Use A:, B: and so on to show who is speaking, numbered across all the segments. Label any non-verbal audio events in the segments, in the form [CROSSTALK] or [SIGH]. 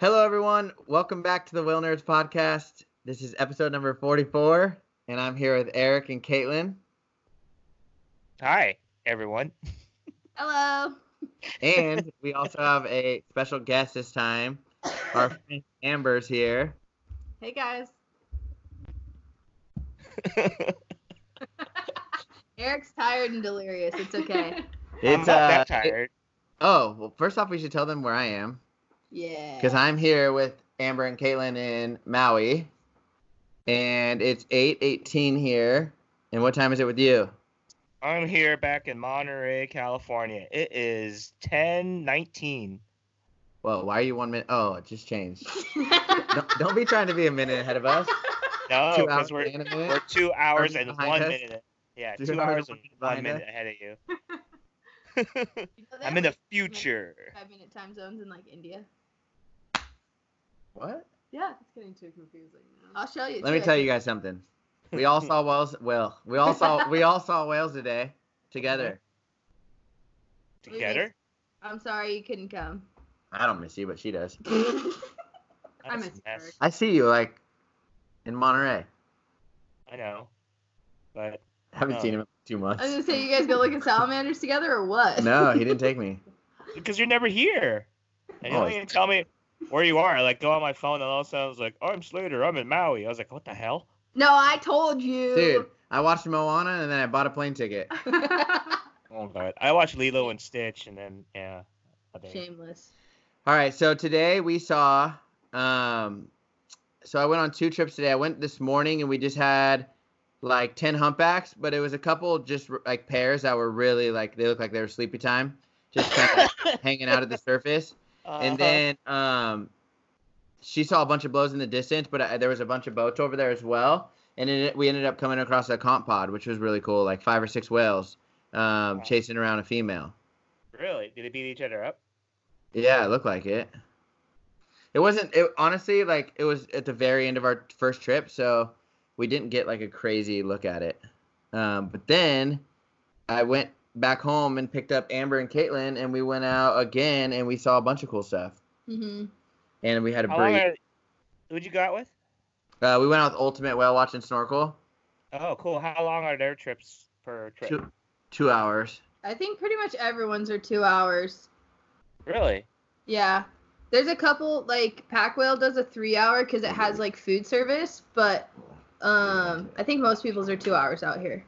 A: Hello, everyone. Welcome back to the Will Nerds podcast. This is episode number 44, and I'm here with Eric and Caitlin
B: Hi, everyone. [LAUGHS]
C: Hello.
A: And we also have a special guest this time.
B: [LAUGHS]
A: Our friend Amber's here.
C: Hey guys. Eric's tired and delirious. It's [LAUGHS] okay.
B: I'm not
A: uh,
B: that tired.
A: oh, well, first off, we should tell them where I am
C: yeah.
A: because I'm here with Amber and Caitlin in Maui, and it's 8:18 here. And what time is it with you?
B: I'm here back in Monterey, California. It is 10:19.
A: Well, why are you one minute? Oh, it just changed.
C: [LAUGHS]
A: don't, don't be trying to be a minute ahead of
B: [LAUGHS]
A: us.
B: No,
A: Two hours
B: because Oh, we're
A: and a minute.
B: we're two hours and
A: behind
B: one
A: us?
B: minute. Yeah,
A: Two
B: two,
A: hours
B: hours,
A: and
B: and
A: one
B: one
A: minute
B: minute ahead of you. I'm in
C: a
B: the future.
C: five minute time zones in like India.
A: What?
C: Yeah, it's getting too confusing now. I'll show you.
A: Let me
C: too, I
A: tell
C: think.
A: you guys something. We all
C: [LAUGHS]
A: saw Wales. Well, we all saw we all saw Wales today together.
B: Together?
C: I'm sorry you couldn't come. [LAUGHS]
A: I don't miss you, but she does.
C: I
B: That's
C: miss
B: a mess.
C: work.
A: I see you like in Monterey.
B: I know. But
A: Haven't
B: Oh.
A: seen him in two
C: I was
A: months.
C: gonna say you guys go look at salamanders together or what?
A: no, he didn't take me.
B: because you're never here. And you
A: Oh,
B: don't even tell me where you are. I like go on my phone and all of a sudden I was like, oh, I'm Slater. I'm in Maui. I was like, what the hell?
C: No, I told [LAUGHS] you.
A: Dude, I watched Moana and then I bought a plane ticket.
B: Oh, God. I watched Lilo and Stitch and then, yeah. I think-
C: [LAUGHS] Shameless.
A: All right, so today we saw um so I went on two trips today. I went this morning and we just had like 10 humpbacks, but it was a couple just like pairs that were really like they looked like they were sleepy time, just kind of hanging out at the surface.
B: Uh-huh.
A: and then um, she saw a bunch of blows in the distance, but uh there was a bunch of boats over there as well. And then we ended up coming across a comp pod, which was really cool, like five or six whales um,
B: Wow.
A: chasing around a female.
B: Really? Did they beat each other up?
A: Yeah, it looked like it. It wasn't. It honestly, like it was at the very end of our first trip, so we didn't get like a crazy look at it. Um, but then I went back home and picked up Amber and Caitlin, and we went out again, and we saw a bunch of cool stuff.
C: Mm-hmm.
A: And we had a
B: How long
A: break.
B: are... Who'd you go out with?
A: Uh, we went out with Ultimate Whale Watch and Snorkel.
B: Oh, cool. How long are their trips per trip?
A: Two, two hours.
C: I think pretty much everyone's are two hours.
B: Really?
C: Yeah. There's a couple like Pack Whale does a three hour because it has like food service, but um I think most people's are two hours out here.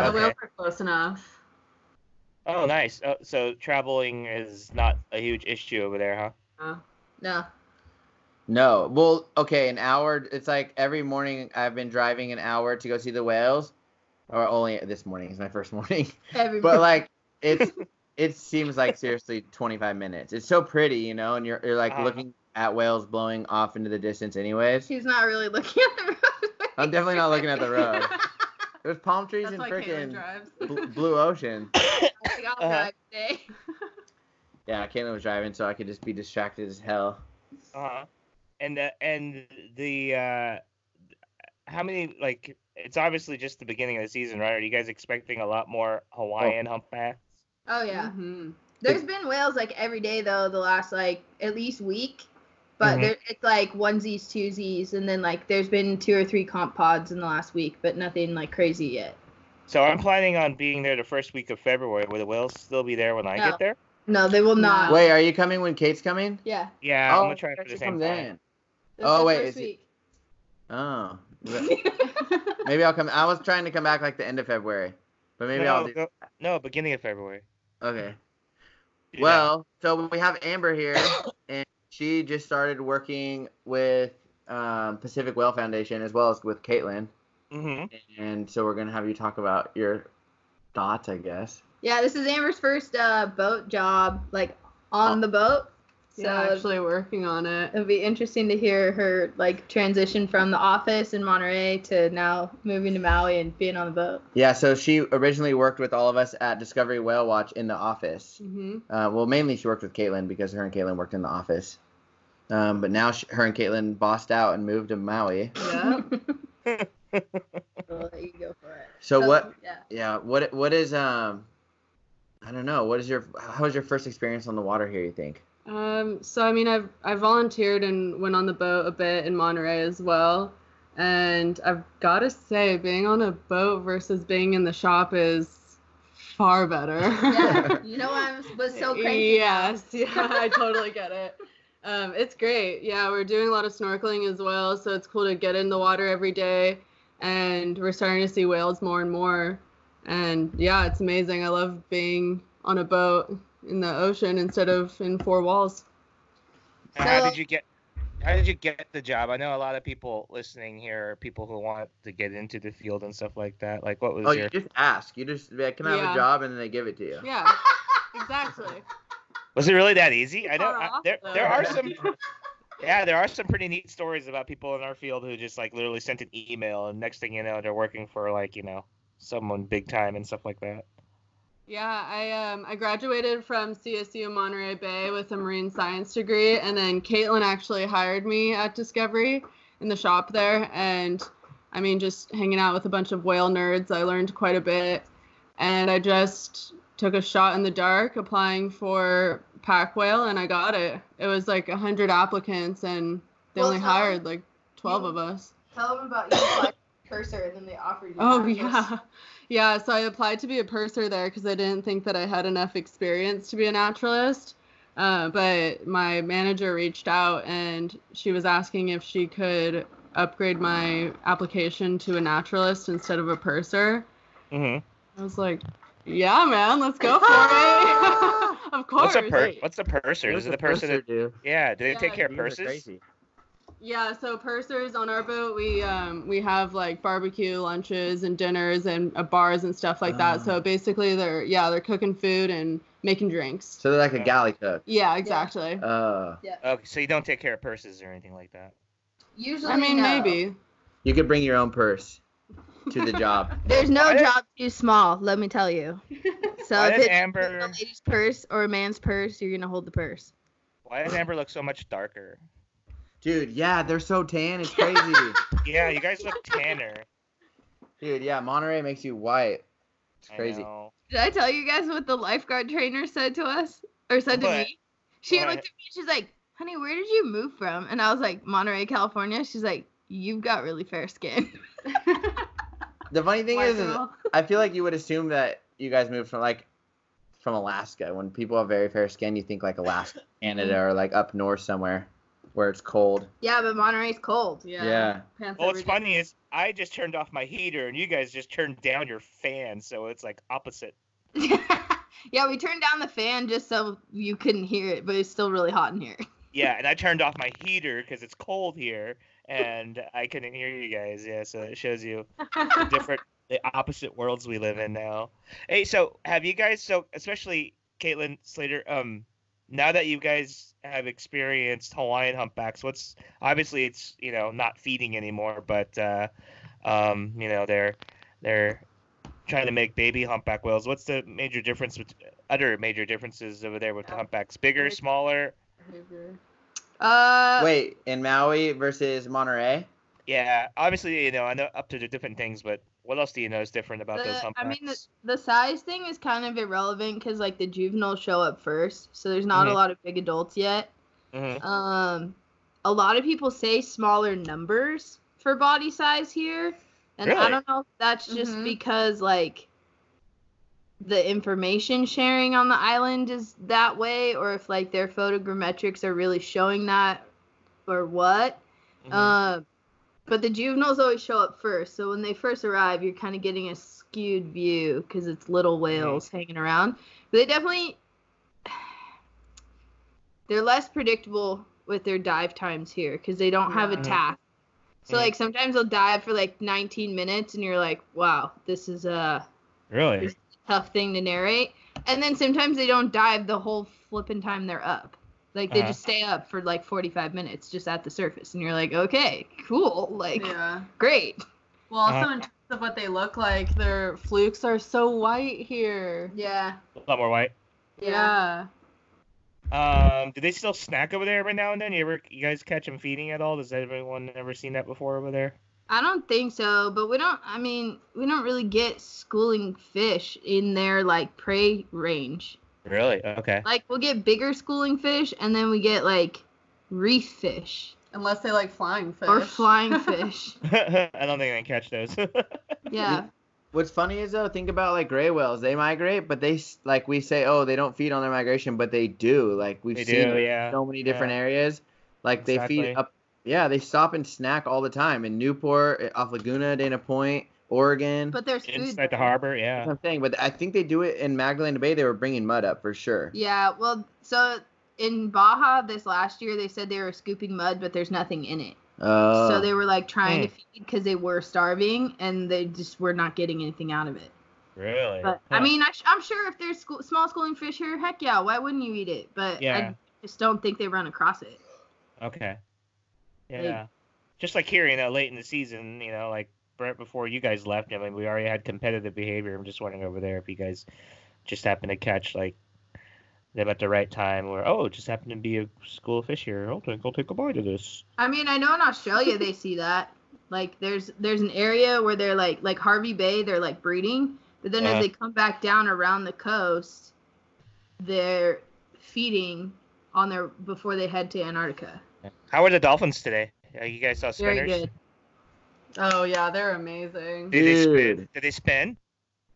A: Yeah.
D: the
B: okay.
D: whales are close enough.
B: Oh, nice. Oh, so traveling is not a huge issue over there, huh?
C: No.
A: No. Well, okay, an hour. It's like every morning I've been driving an hour to go see the whales, or only this morning is my first [LAUGHS] morning.
C: Every
A: But like
B: [LAUGHS]
A: it's it seems like seriously 25 minutes. It's so pretty, you know, and you're you're like
B: Uh-huh.
A: looking at whales blowing off into the distance. Anyways,
C: [LAUGHS] she's not really looking at the road.
A: I'm definitely not looking at the
C: [LAUGHS]
A: road. There's palm trees
D: That's
A: and
D: why Caitlin
A: freaking
D: drives.
A: bl- blue ocean.
C: Like, I'll
B: Uh-huh.
C: drive today.
A: Yeah, Caitlin was driving, so I could just be distracted as hell.
B: Uh-huh. And the, and the uh how many like it's obviously just the beginning of the season, right? Are you guys expecting a lot more Hawaiian humpbacks?
C: Oh yeah.
D: Mhm.
C: There's been whales like every day though the last like at least week. But
A: Mm-hmm.
B: Mhm.
C: there it's like onesies, twosies, and then like there's been two or three comp pods in the last week, but nothing like crazy yet.
B: So I'm planning on being there the first week of February. Will the whales still be there when I
C: No.
B: get there?
C: No, they will not.
D: No.
A: Wait, are you coming when Kate's coming?
C: Yeah.
B: Yeah, I'm gonna try
A: that
B: for Uh-huh. the
A: should
B: same
A: come
B: time.
A: Oh, then.
C: This
A: Oh,
C: is the
A: wait,
C: first
A: is it-
C: week.
A: Oh.
C: [LAUGHS]
D: [LAUGHS]
A: maybe I'll come. I was trying to come back like the end of February, but maybe
B: no,
A: I'll do.
B: go- no, beginning of February.
A: Okay.
B: Do that.
A: Well, so we have Amber here, and she just started working with um, Pacific Whale Foundation as well as with Caitlin,
B: Mhm.
A: and so we're gonna have you talk about your thoughts, I guess.
C: Yeah, this is Amber's first uh, boat job, like on the boat. So
D: Oh. Yeah, actually working on it.
C: it'll be interesting to hear her like transition from the office in Monterey to now moving to Maui and being on the boat.
A: Yeah. So she originally worked with all of us at Discovery Whale Watch in the office.
D: hmm
A: Uh, well, mainly she worked with Caitlin because her and Caitlin worked in the office. Um, but now she, her and Caitlin bossed out and moved to Maui.
D: Yeah.
C: [LAUGHS] We'll let you go for it. Oh,
A: So what?
C: Yeah.
A: Yeah. What? What is um? I don't know. What is your? How was your first experience on the water here? You think?
D: Um, so I mean, I've I volunteered and went on the boat a bit in Monterey as well, and I've got to say, being on a boat versus being in the shop is far better. [LAUGHS]
C: Yeah, you know I was- was so crazy.
D: Yes, [LAUGHS] yeah, I totally get it. Um, it's great. Yeah, we're doing a lot of snorkeling as well, so it's cool to get in the water every day, and we're starting to see whales more and more. And yeah, it's amazing. I love being on a boat in the ocean instead of in four walls.
B: how
C: So-
B: did you get? How did you get the job? I know a lot of people listening here are people who want to get into the field and stuff like that. Like, what was
A: Oh,
B: your?
A: you just ask. You just be like, can I have
D: Yeah.
A: a job, and then they give it to you.
D: Yeah, exactly.
B: Was it really that easy? I know
D: far
B: I,
D: off,
B: there
D: though.
B: there are some. Yeah, there are some pretty neat stories about people in our field who just like literally sent an email, and next thing you know, they're working for like you know someone big time and stuff like that.
D: Yeah, I um I graduated from CSU Monterey Bay with a marine science degree, and then Caitlin actually hired me at Discovery in the shop there, and I mean just hanging out with a bunch of whale nerds, I learned quite a bit, and I just took a shot in the dark applying for pack whale, and I got it. It was like hundred applicants, and they
C: Well,
D: only
C: so-
D: hired like twelve of us.
C: Tell them about you applied for cursor and then they offered you.
D: [LAUGHS] Oh
C: that.
D: yeah, yeah. So I applied to be a purser there because I didn't think that I had enough experience to be a naturalist. Uh, but my manager reached out and she was asking if she could upgrade my application to a naturalist instead of a purser.
B: Mm-hmm.
D: I was like, yeah, man, let's go for
C: Ah!
D: it. [LAUGHS] of course.
B: What's a per? What's a purser?
A: What
B: Is
A: does
B: it
A: a
B: the person?
A: purser
B: That,
A: do?
B: yeah, do they
D: Yeah,
B: take care of
A: These are
B: purses?
A: crazy.
D: Yeah, so pursers on our boat, we um we have like barbecue lunches and dinners and uh, bars and stuff like that.
A: Ah.
D: So basically, they're yeah they're cooking food and making drinks.
A: So they're like a
B: Yeah.
A: galley cook.
D: Yeah, exactly.
A: Uh,
B: Okay, so you don't take care of purses or anything like that.
C: Usually,
D: I mean,
C: no.
D: maybe.
A: you could bring your own purse to the job.
D: [LAUGHS]
C: There's no
B: Why did-
C: job too small, let me
B: [LAUGHS]
C: tell you. So
B: Why
C: if
B: does
C: it's
B: Amber-
C: a lady's purse or a man's purse, you're gonna hold the purse.
B: Why does Amber look so much darker?
A: Dude, yeah, they're so tan. It's
D: [LAUGHS]
A: crazy.
B: Yeah, you guys look tanner.
A: Dude, yeah, Monterey makes you white. It's
B: I
A: crazy.
B: know.
C: Did I tell you guys what the lifeguard trainer said to us or said to
B: What?
C: me? She
B: What?
C: looked at me. She's like, "Honey, where did you move from?" And I was like, "Monterey, California." She's like, "You've got really fair skin." [LAUGHS]
A: The funny thing
D: White
A: is, is
D: girl.
A: I feel like you would assume that you guys moved from like from Alaska. When people have very fair skin, you think like
D: [LAUGHS]
A: Alaska, Canada, or like up north somewhere where it's cold.
C: yeah, but Monterey's cold.
D: Yeah.
A: Yeah.
D: Pants
B: Well, what's
D: every day.
B: funny is I just turned off my heater and you guys just turned down your fan, so it's like opposite.
C: [LAUGHS] yeah, we turned down the fan just so you couldn't hear it, but it's still really hot in here.
B: Yeah, and I turned off my heater because it's cold here and I couldn't hear you guys. Yeah, so it shows you the different, the opposite worlds we live in now. Hey, so have you guys, so especially Caitlin Slater, um, now that you guys have experienced Hawaiian humpbacks, what's obviously it's you know not feeding anymore, but uh, um, you know they're they're trying to make baby humpback whales. What's the major difference? With, other major differences over there with the humpbacks, bigger, smaller?
D: Behavior.
C: Uh,
A: Wait, in Maui versus Monterey?
B: Yeah, obviously you know I know up to the different things, but what else do you know is different about those
C: The, Uh, I
B: humpbacks?
C: mean, the, the size thing is kind of irrelevant because like the juveniles show up first, so there's not
B: Mhm.
C: a lot of big adults yet.
B: Mhm.
C: Um, a lot of people say smaller numbers for body size here, and I
B: Really?
C: don't know if that's just
D: Mhm.
C: because like the information sharing on the island is that way, or if like their photogrammetrics are really showing that, or what.
B: Mhm.
C: Um, but the juveniles always show up first, so when they first arrive, you're kind of getting a skewed view because it's little whales hanging around. But they definitely they're less predictable with their dive times here because they don't have a
D: Yeah.
C: task. So
B: Mhm.
C: like sometimes they'll dive for like 19 minutes, and you're like, wow, this is uh, a
B: really?
C: tough thing to narrate. And then sometimes they don't dive the whole flipping time they're up. Like they
B: Uh-huh.
C: just stay up for like 45 minutes just at the surface, and you're like, okay, cool, like
D: Yeah.
C: great.
D: Well,
B: Uh-huh.
D: also in terms of what they look like, their flukes are so white here.
C: Yeah.
B: A lot more white.
D: Yeah.
B: Um, do they still snack over there every now and then? You ever, you guys catch them feeding at all? Does everyone ever seen that before over there?
C: I don't think so, but we don't. I mean, we don't really get schooling fish in their like prey range.
B: [LAUGHS] Really? Okay.
C: Like we'll get bigger schooling fish and then we get like reef fish
D: Unless they like flying fish.
C: or
D: [LAUGHS]
C: flying fish.
B: I don't think they can catch those. [LAUGHS]
C: Yeah.
A: What's funny is though, think about like gray whales. They migrate, but they s- like we say, oh, they don't feed on their migration, but they do. Like we've
B: They do,
A: seen it in
B: yeah,
A: so many different
B: yeah.
A: areas. Like they
B: Exactly.
A: feed up. Yeah, they stop and snack all the time in Newport, off Laguna, Dana Point, Oregon.
C: But there's food.
B: Inside the harbor, yeah.
A: That's what I'm saying, but I think they do it in Magdalena Bay. They were bringing mud up for sure.
C: Yeah, well, so in Baja this last year, they said they were scooping mud, but there's nothing in it.
A: Oh,
C: so they were like trying to
B: Hmm.
C: feed because they were starving and they just were not getting anything out of it.
B: Really?
C: But I
B: Huh.
C: mean, I sh- I'm sure if there's school- small schooling fish here, heck yeah, why wouldn't you eat it? But
B: Yeah.
C: I just don't think they run across it.
B: Okay.
C: Like-
B: Yeah. Just like here, you know, late in the season, you know, like right before you guys left, I mean, we already had competitive behavior. I'm just wondering over there if you guys just happened to catch like them at the right time, or oh, it just happened to be a school fish here. I'll take, I'll take a bite of this.
C: I mean, I know in Australia they see that. Like there's there's an area where they're like like Harvey Bay, they're like breeding, but then
B: Yeah.
C: as they come back down around the coast, they're feeding on their before they head to Antarctica.
B: How were the dolphins today? Uh, you guys saw
C: Very
B: spinners?
C: good.
D: Oh yeah, they're amazing.
B: Did they spin?
A: Dude.
B: Did they spin?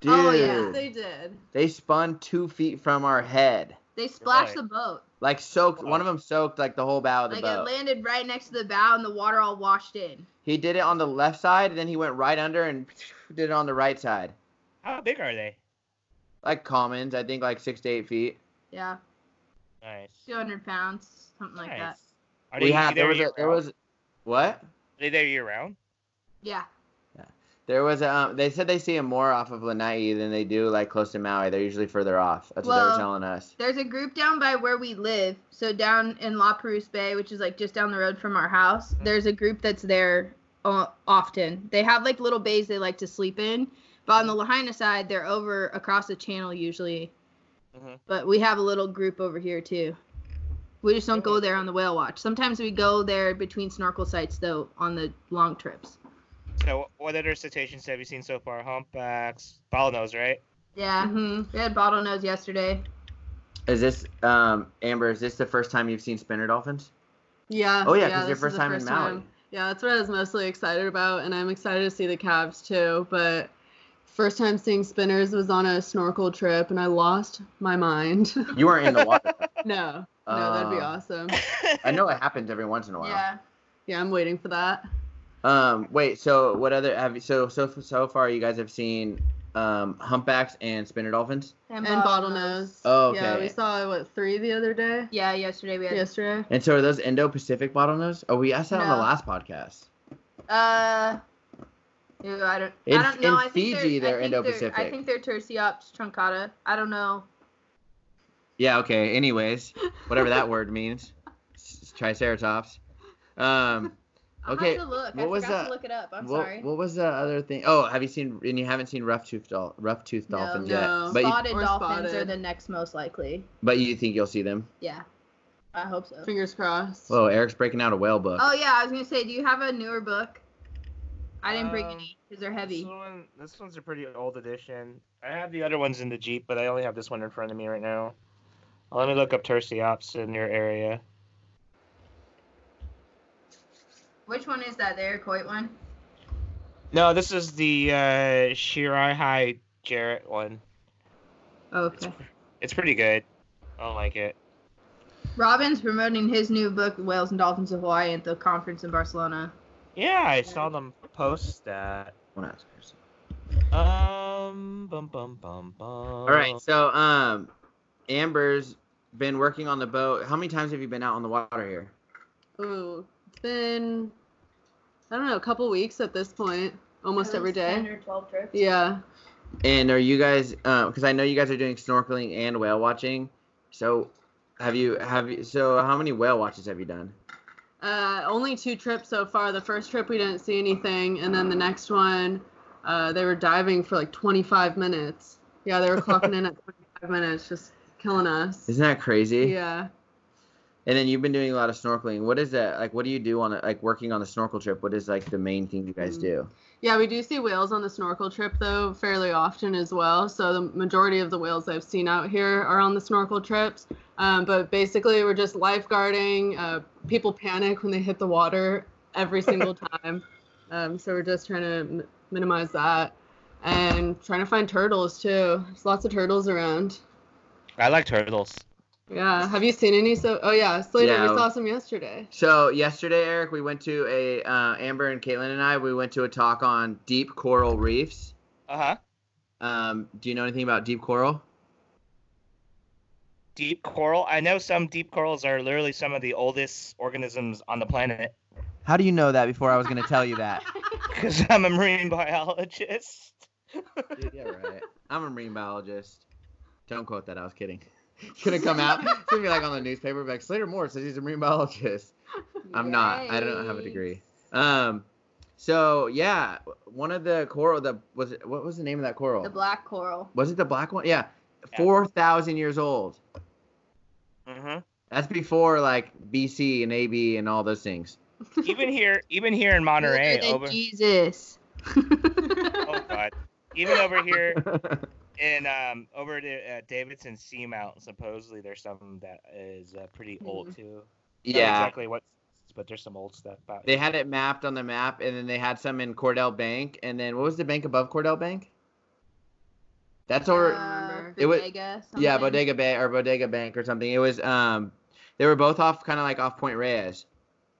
A: dude,
C: Oh, yeah.
D: Yes, they did.
A: they spun two feet from our head.
C: They splashed
B: Really?
C: the boat.
A: Like soaked.
B: Wow.
A: One of them soaked like the whole bow of the
C: Like
A: boat.
C: it landed right next to the bow and the water all washed in.
A: He did it on the left side, and then he went right under and [LAUGHS] did it on the right side.
B: How big are they?
A: Like commons, I think like six to eight feet.
C: Yeah,
B: Nice.
C: 200 pounds, something like that.
B: Nice. Are
A: we
B: they
A: had there
B: there
A: was a,
B: year
A: there
B: round?
A: was what
B: Are they there year round?
C: Yeah.
A: there was a, um, they said they see him more off of Lanai than they do like close to Maui. They're usually further off. That's what they
C: Well-
A: were telling us.
C: There's a group down by where we live. So down in La Perouse Bay, which is like just down the road from our house, there's a group that's there uh, often. They have like little bays they like to sleep in. But on the Lahaina side, they're over across the channel usually.
B: Mhm.
C: But we have a little group over here too. We just don't go there on the whale watch. Sometimes we go there between snorkel sites though on the long trips.
B: So, what other cetaceans have you seen so far? Humpbacks, bottlenose, right?
C: Yeah.
D: Mhm.
C: Mm-hmm. We had bottlenose yesterday.
A: Is this um Amber? Is this the first time you've seen spinner dolphins?
D: Yeah.
A: Oh yeah, because
D: this
A: your
D: is
A: first
D: the
A: time in Maui.
D: time. Yeah, that's what I was mostly excited about, and I'm excited to see the calves too. But first time seeing spinners was on a snorkel trip, and I lost my mind. [LAUGHS]
A: You weren't in the
C: [LAUGHS]
A: water.
D: no, no, that'd be
A: Uh,
D: awesome.
A: I know it happens every once in a while.
C: Yeah.
D: Yeah, I'm waiting for that.
A: Um. Wait. So what other have you? So so so far you guys have seen um humpbacks and spinner dolphins.
D: And, bottlenose.
A: Oh,
D: Yeah,
A: okay.
D: we saw what three the other day.
C: Yeah, yesterday we had
D: Yesterday.
A: And so are those Indo-Pacific bottlenose? Oh, we asked that on the
C: No.
A: last podcast.
C: Uh, ew, I don't.
A: In-
C: I don't know.
A: in
C: I think
A: Fiji,
C: they're,
A: they're
C: I think
A: Indo-Pacific.
C: I think they're Tursiops truncata. I don't know.
A: Yeah, okay. Anyways, whatever that word means. S- Triceratops. Um
C: I'll
A: Okay,
C: have to look. I
A: what was
C: forgot
A: that?
C: to look it up. [LAUGHS] I'm
A: what,
C: sorry.
A: what was the other thing? Oh, have you seen and you haven't seen rough tooth dol- rough tooth
C: No,
A: dolphins
D: no.
A: yet. But you,
C: spotted
D: Or
C: dolphins are
D: spotted.
C: the next most likely.
A: but you think you'll see them.
C: Yeah, I hope so.
D: Fingers crossed.
A: Whoa, Eric's breaking out a whale book.
C: Oh yeah, I was gonna say, do you have a newer book? I didn't
D: Uh,
C: bring
B: Um,
C: any because they're
B: This,
C: [LAUGHS] heavy.
B: one, this one's a pretty old edition. I have the other ones in the Jeep, but I only have this one in front of me right now. Uh, Let me look up Terciops in your area.
C: Which one is that? The Iroquois one?
B: No, this is the uh, Shirai High Jarrett one.
C: Oh, okay.
B: It's pretty good. I like it.
C: Robin's promoting his new book, Whales and Dolphins of Hawaii, at the conference in Barcelona.
B: Yeah, I saw them post that.
A: Wanna ask Chris.
B: Um, bum bum bum bum. All
A: All right. So, um Amber's been working on the boat. How many times have you been out on the water here?
D: Ooh, it's been I don't know a couple weeks at this point, almost every day.
C: or twelve trips.
D: Yeah.
A: And are you guys? Because I know you guys are doing snorkeling and whale watching. So have you? Have you? So how many whale watches have you done?
D: Uh, only two trips so far. The first trip we didn't see anything, and then the next one, uh, they were diving for like 25 minutes. Yeah, they were clocking in at 25 minutes, just killing us.
A: Isn't that crazy?
D: Yeah.
A: And then you've been doing a lot of snorkeling. What is that like? What do you do on a, like working on the snorkel trip? What is like the main thing you guys
D: Mm.
A: do?
D: Yeah, we do see whales on the snorkel trip though fairly often as well. So the majority of the whales I've seen out here are on the snorkel trips. Um, but basically, we're just lifeguarding. Uh, people panic when they hit the water every [LAUGHS] single time. Um, so we're just trying to m- minimize that and trying to find turtles too. There's lots of turtles around.
B: I like turtles.
D: Yeah. Have you seen any? So oh yeah, Slater,
A: Yeah.
D: we saw some yesterday.
A: So yesterday, Eric, we went to a uh, Amber and Caitlin and I. We went to a talk on deep coral reefs.
B: Uh huh.
A: Um, do you know anything about deep coral?
B: Deep coral. I know some deep corals are literally some of the oldest organisms on the planet
A: How do you know that? Before I was gonna tell you that.
B: because I'm a marine biologist.
A: yeah, right. I'm a marine biologist. Don't quote that. I was kidding. [LAUGHS] It's gonna come
C: [LAUGHS]
A: out. It's gonna be like on the newspaper. Like Slater Moore says he's a marine biologist. I'm not. I don't have a degree. Um, so yeah, one of the coral. The was it, what was the name of that coral?
C: The black coral.
A: was it the black one? Yeah,
B: Yeah.
A: four thousand years old.
B: Mm-hmm.
A: That's before like BC and AB and all those things. [LAUGHS]
B: Even here, even here in Monterey,
C: Older than
B: over.
C: Jesus.
B: Oh God. Even over here in um over to uh, Davidson Seamount, supposedly there's some that is uh, pretty old too. Not
A: yeah,
B: exactly what, but there's some old stuff about.
A: they
B: it.
A: had it mapped on the map, and then they had some in Cordell Bank, and then what was the bank above Cordell Bank? That's over.
C: Uh,
A: It was-
C: Bodega,
A: Yeah,
C: something.
A: Bodega Bay or Bodega Bank or something. It was um, they were both off kind of like off Point Reyes.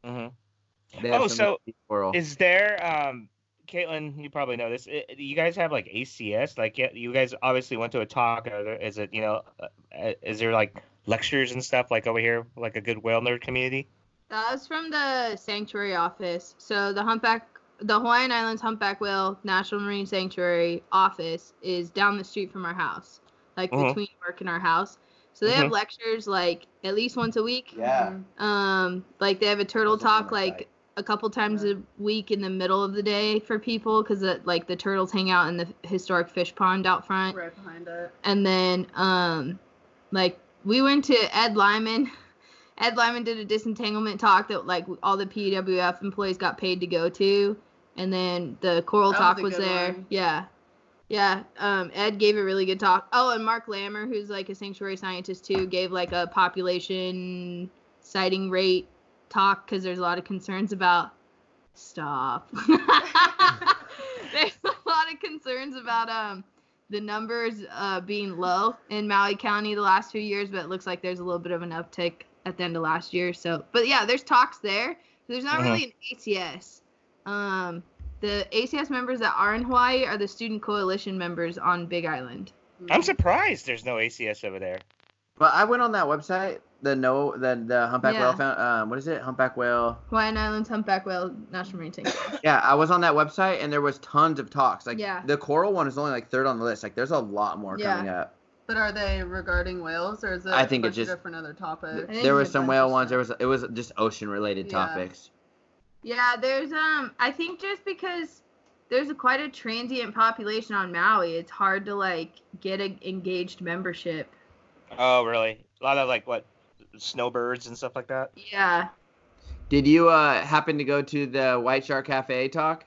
B: Mhm.
A: Mm-hmm. They have
B: Oh,
A: some
B: so
A: deep coral.
B: Is there um, Caitlin? You probably know this. i- you guys have like ACS. Like yeah, you guys obviously went to a talk. Are there- Is it you know? uh, uh, Is there like lectures and stuff like over here, like a good whale nerd community?
C: That was from the sanctuary office. So the humpback, the Hawaiian Islands humpback whale National Marine Sanctuary office is down the street from our house, like
A: Mm-hmm.
B: Mhm.
C: between work and our house. So they have lectures like at least once a week.
A: Yeah.
D: Mm-hmm.
C: Um, like they have a turtle
A: Those are
C: talk
A: my
C: like
A: type.
C: a couple times a week in the middle of the day for people because like the turtles hang out in the historic fish pond out front.
D: Right behind it.
C: And then um like we went to Ed Lyman. [LAUGHS] Ed Lyman did a disentanglement talk that like all the PWF employees got paid to go to. And then the Coral
D: That was
C: Talk
D: a
C: was,
D: good
C: there.
D: one.
C: Yeah. Yeah. Um Ed gave a really good talk. Oh, and Mark Lammer, who's like a sanctuary scientist too, gave like a population sighting rate talk because there's a lot of concerns about stop. [LAUGHS] There's a lot of concerns about um the numbers uh, being low in Maui County the last few years, but it looks like there's a little bit of an uptick at the end of last year. So, but yeah, there's talks there. There's not
B: Mhm.
C: really an ACS. Um, the ACS members that are in Hawaii are the student coalition members on Big Island.
B: I'm surprised there's no ACS over there.
A: But I went on that website, the no, the the humpback
C: Yeah.
A: whale found. Um, what is it? Humpback whale.
C: Hawaiian Islands Humpback Whale National Marine Sanctuary.
A: Yeah, I was on that website and there was tons of talks. Like
C: Yeah.
A: the coral one is only like third on the list. Like there's a lot more
C: Yeah.
A: coming up.
D: But are they regarding whales or is it
A: I think
D: a
A: it's
D: bunch of
A: just-
D: different other topics?
C: think
A: There
C: there's
A: was
C: a
A: some
C: bunch
A: whale
C: of
A: ones. There
C: stuff.
A: was it was just ocean related
D: Yeah.
A: topics.
C: Yeah, there's um I think just because there's a, quite a transient population on Maui, it's hard to like get a engaged membership.
B: Oh really? A lot of like what snowbirds and stuff like that.
C: Yeah.
A: Did you uh happen to go to the White Shark Cafe talk?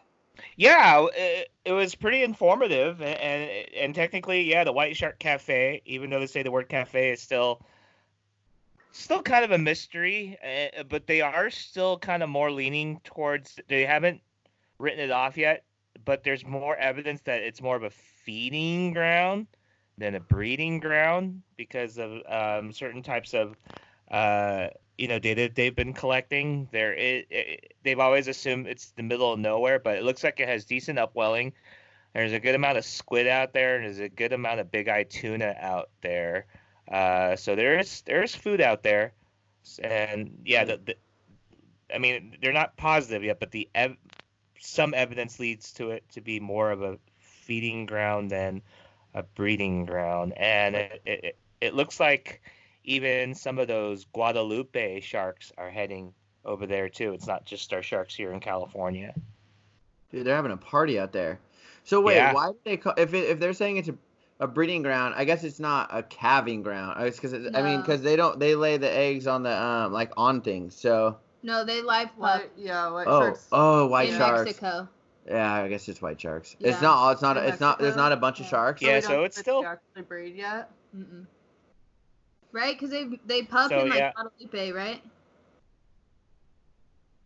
B: Yeah, it, it was pretty informative, and, and and technically, yeah, the White Shark Cafe, even though they say the word cafe is still still kind of a mystery, uh, but they are still kind of more leaning towards they haven't written it off yet, but there's more evidence that it's more of a feeding ground than a breeding ground because of um, certain types of uh, you know data they've been collecting. There, it, it, they've always assumed it's the middle of nowhere, but it looks like it has decent upwelling. There's a good amount of squid out there, and there's a good amount of big eye tuna out there. Uh, so there's there's food out there, and yeah, the, the, I mean they're not positive yet, but the ev- some evidence leads to it to be more of a feeding ground than a breeding ground, and it it, it looks like even some of those Guadalupe sharks are heading over there too. It's not just our sharks here in California.
A: Dude, they're having a party out there. So wait,
B: Yeah.
A: why did they call if it, if they're saying it's a a breeding ground. I guess it's not a calving ground. It's because I mean,
D: No.
A: because they don't they lay the eggs on the um like on things. So
C: No, they live pup
D: White, yeah, white
A: oh
D: sharks.
A: oh white
C: in
A: sharks.
C: Mexico.
A: Yeah, I guess it's white sharks.
D: Yeah.
A: It's not all. It's not.
D: In
A: It's not. There's
D: Mexico?
A: not a bunch of
D: Yeah.
A: sharks.
D: we
B: Yeah,
D: don't
B: so
D: know
B: it's
D: if
B: still-
D: they actually breed yet. Mm-mm.
C: Right? Because they they pup
B: So,
C: in like
B: yeah.
C: Guadalupe, right?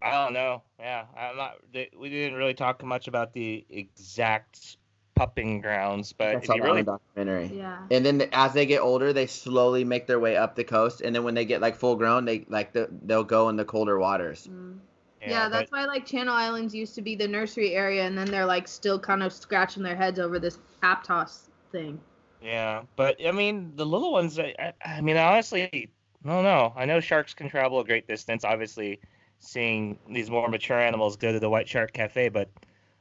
B: I don't know. Yeah, I'm not. They, we didn't really talk much about the exact pupping grounds, but
A: I
B: if
A: saw
B: you
A: that
B: really
A: on documentary.
C: Yeah.
A: And then the- as they get older, they slowly make their way up the coast. And then when they get like full grown, they like the, they'll go in the colder waters.
C: Mm.
B: yeah,
C: Yeah,
B: but-
C: that's why like Channel Islands used to be the nursery area, and then they're like still kind of scratching their heads over this Aptos thing.
B: Yeah, but I mean, the little ones. I, I, I mean, honestly, I don't know. I know sharks can travel a great distance. Obviously, seeing these more mature animals go to the White Shark Cafe, but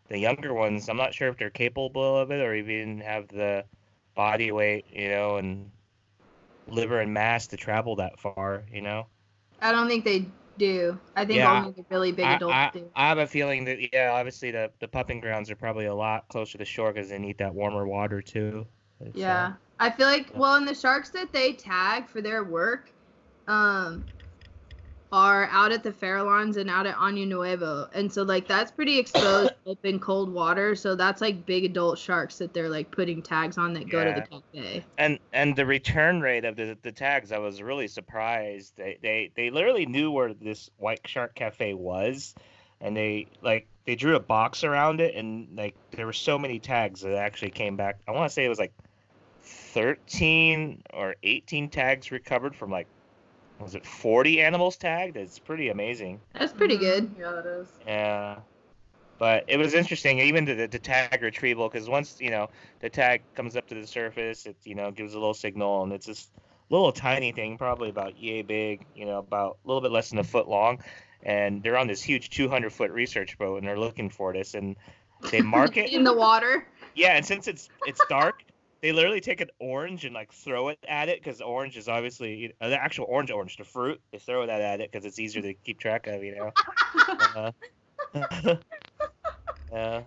B: the younger ones, I'm not sure if they're capable of it or even have the body weight, you know, and liver and mass to travel that far, you know.
C: I don't think they do. I think
B: Yeah,
C: only the really big
B: I,
C: adults
B: I,
C: do.
B: I have a feeling that yeah, obviously the the pupping grounds are probably a lot closer to shore because they need that warmer water too. It's, uh,
C: Yeah. I feel like
B: Yeah.
C: well, and the sharks that they tag for their work, um, are out at the Farallons and out at Año Nuevo, and so like that's pretty exposed, open, cold water. So that's like big adult sharks that they're like putting tags on that go to
B: Yeah.
C: the cafe.
B: and and the return rate of the, the tags i was really surprised they, they they literally knew where this white shark cafe was and they like they drew a box around it and like there were so many tags that actually came back i want to say it was like 13 or 18 tags recovered from like was it 40 animals tagged it's pretty amazing
C: That's pretty
D: Mhm.
C: good.
D: Yeah, that is.
B: yeah. But it was interesting, even the, the tag retrieval, because once you know the tag comes up to the surface, it you know gives a little signal, and it's this little tiny thing, probably about yay big, you know, about a little bit less than a foot long, and they're on this huge 200 foot research boat, and they're looking for this, and they mark it.
C: in the water.
B: Yeah, and since it's it's dark, [LAUGHS] they literally take an orange and like throw it at it because orange is obviously uh, the actual orange, orange, the fruit. They throw that at it because it's easier to keep track of, you know. [LAUGHS] Uh, uh,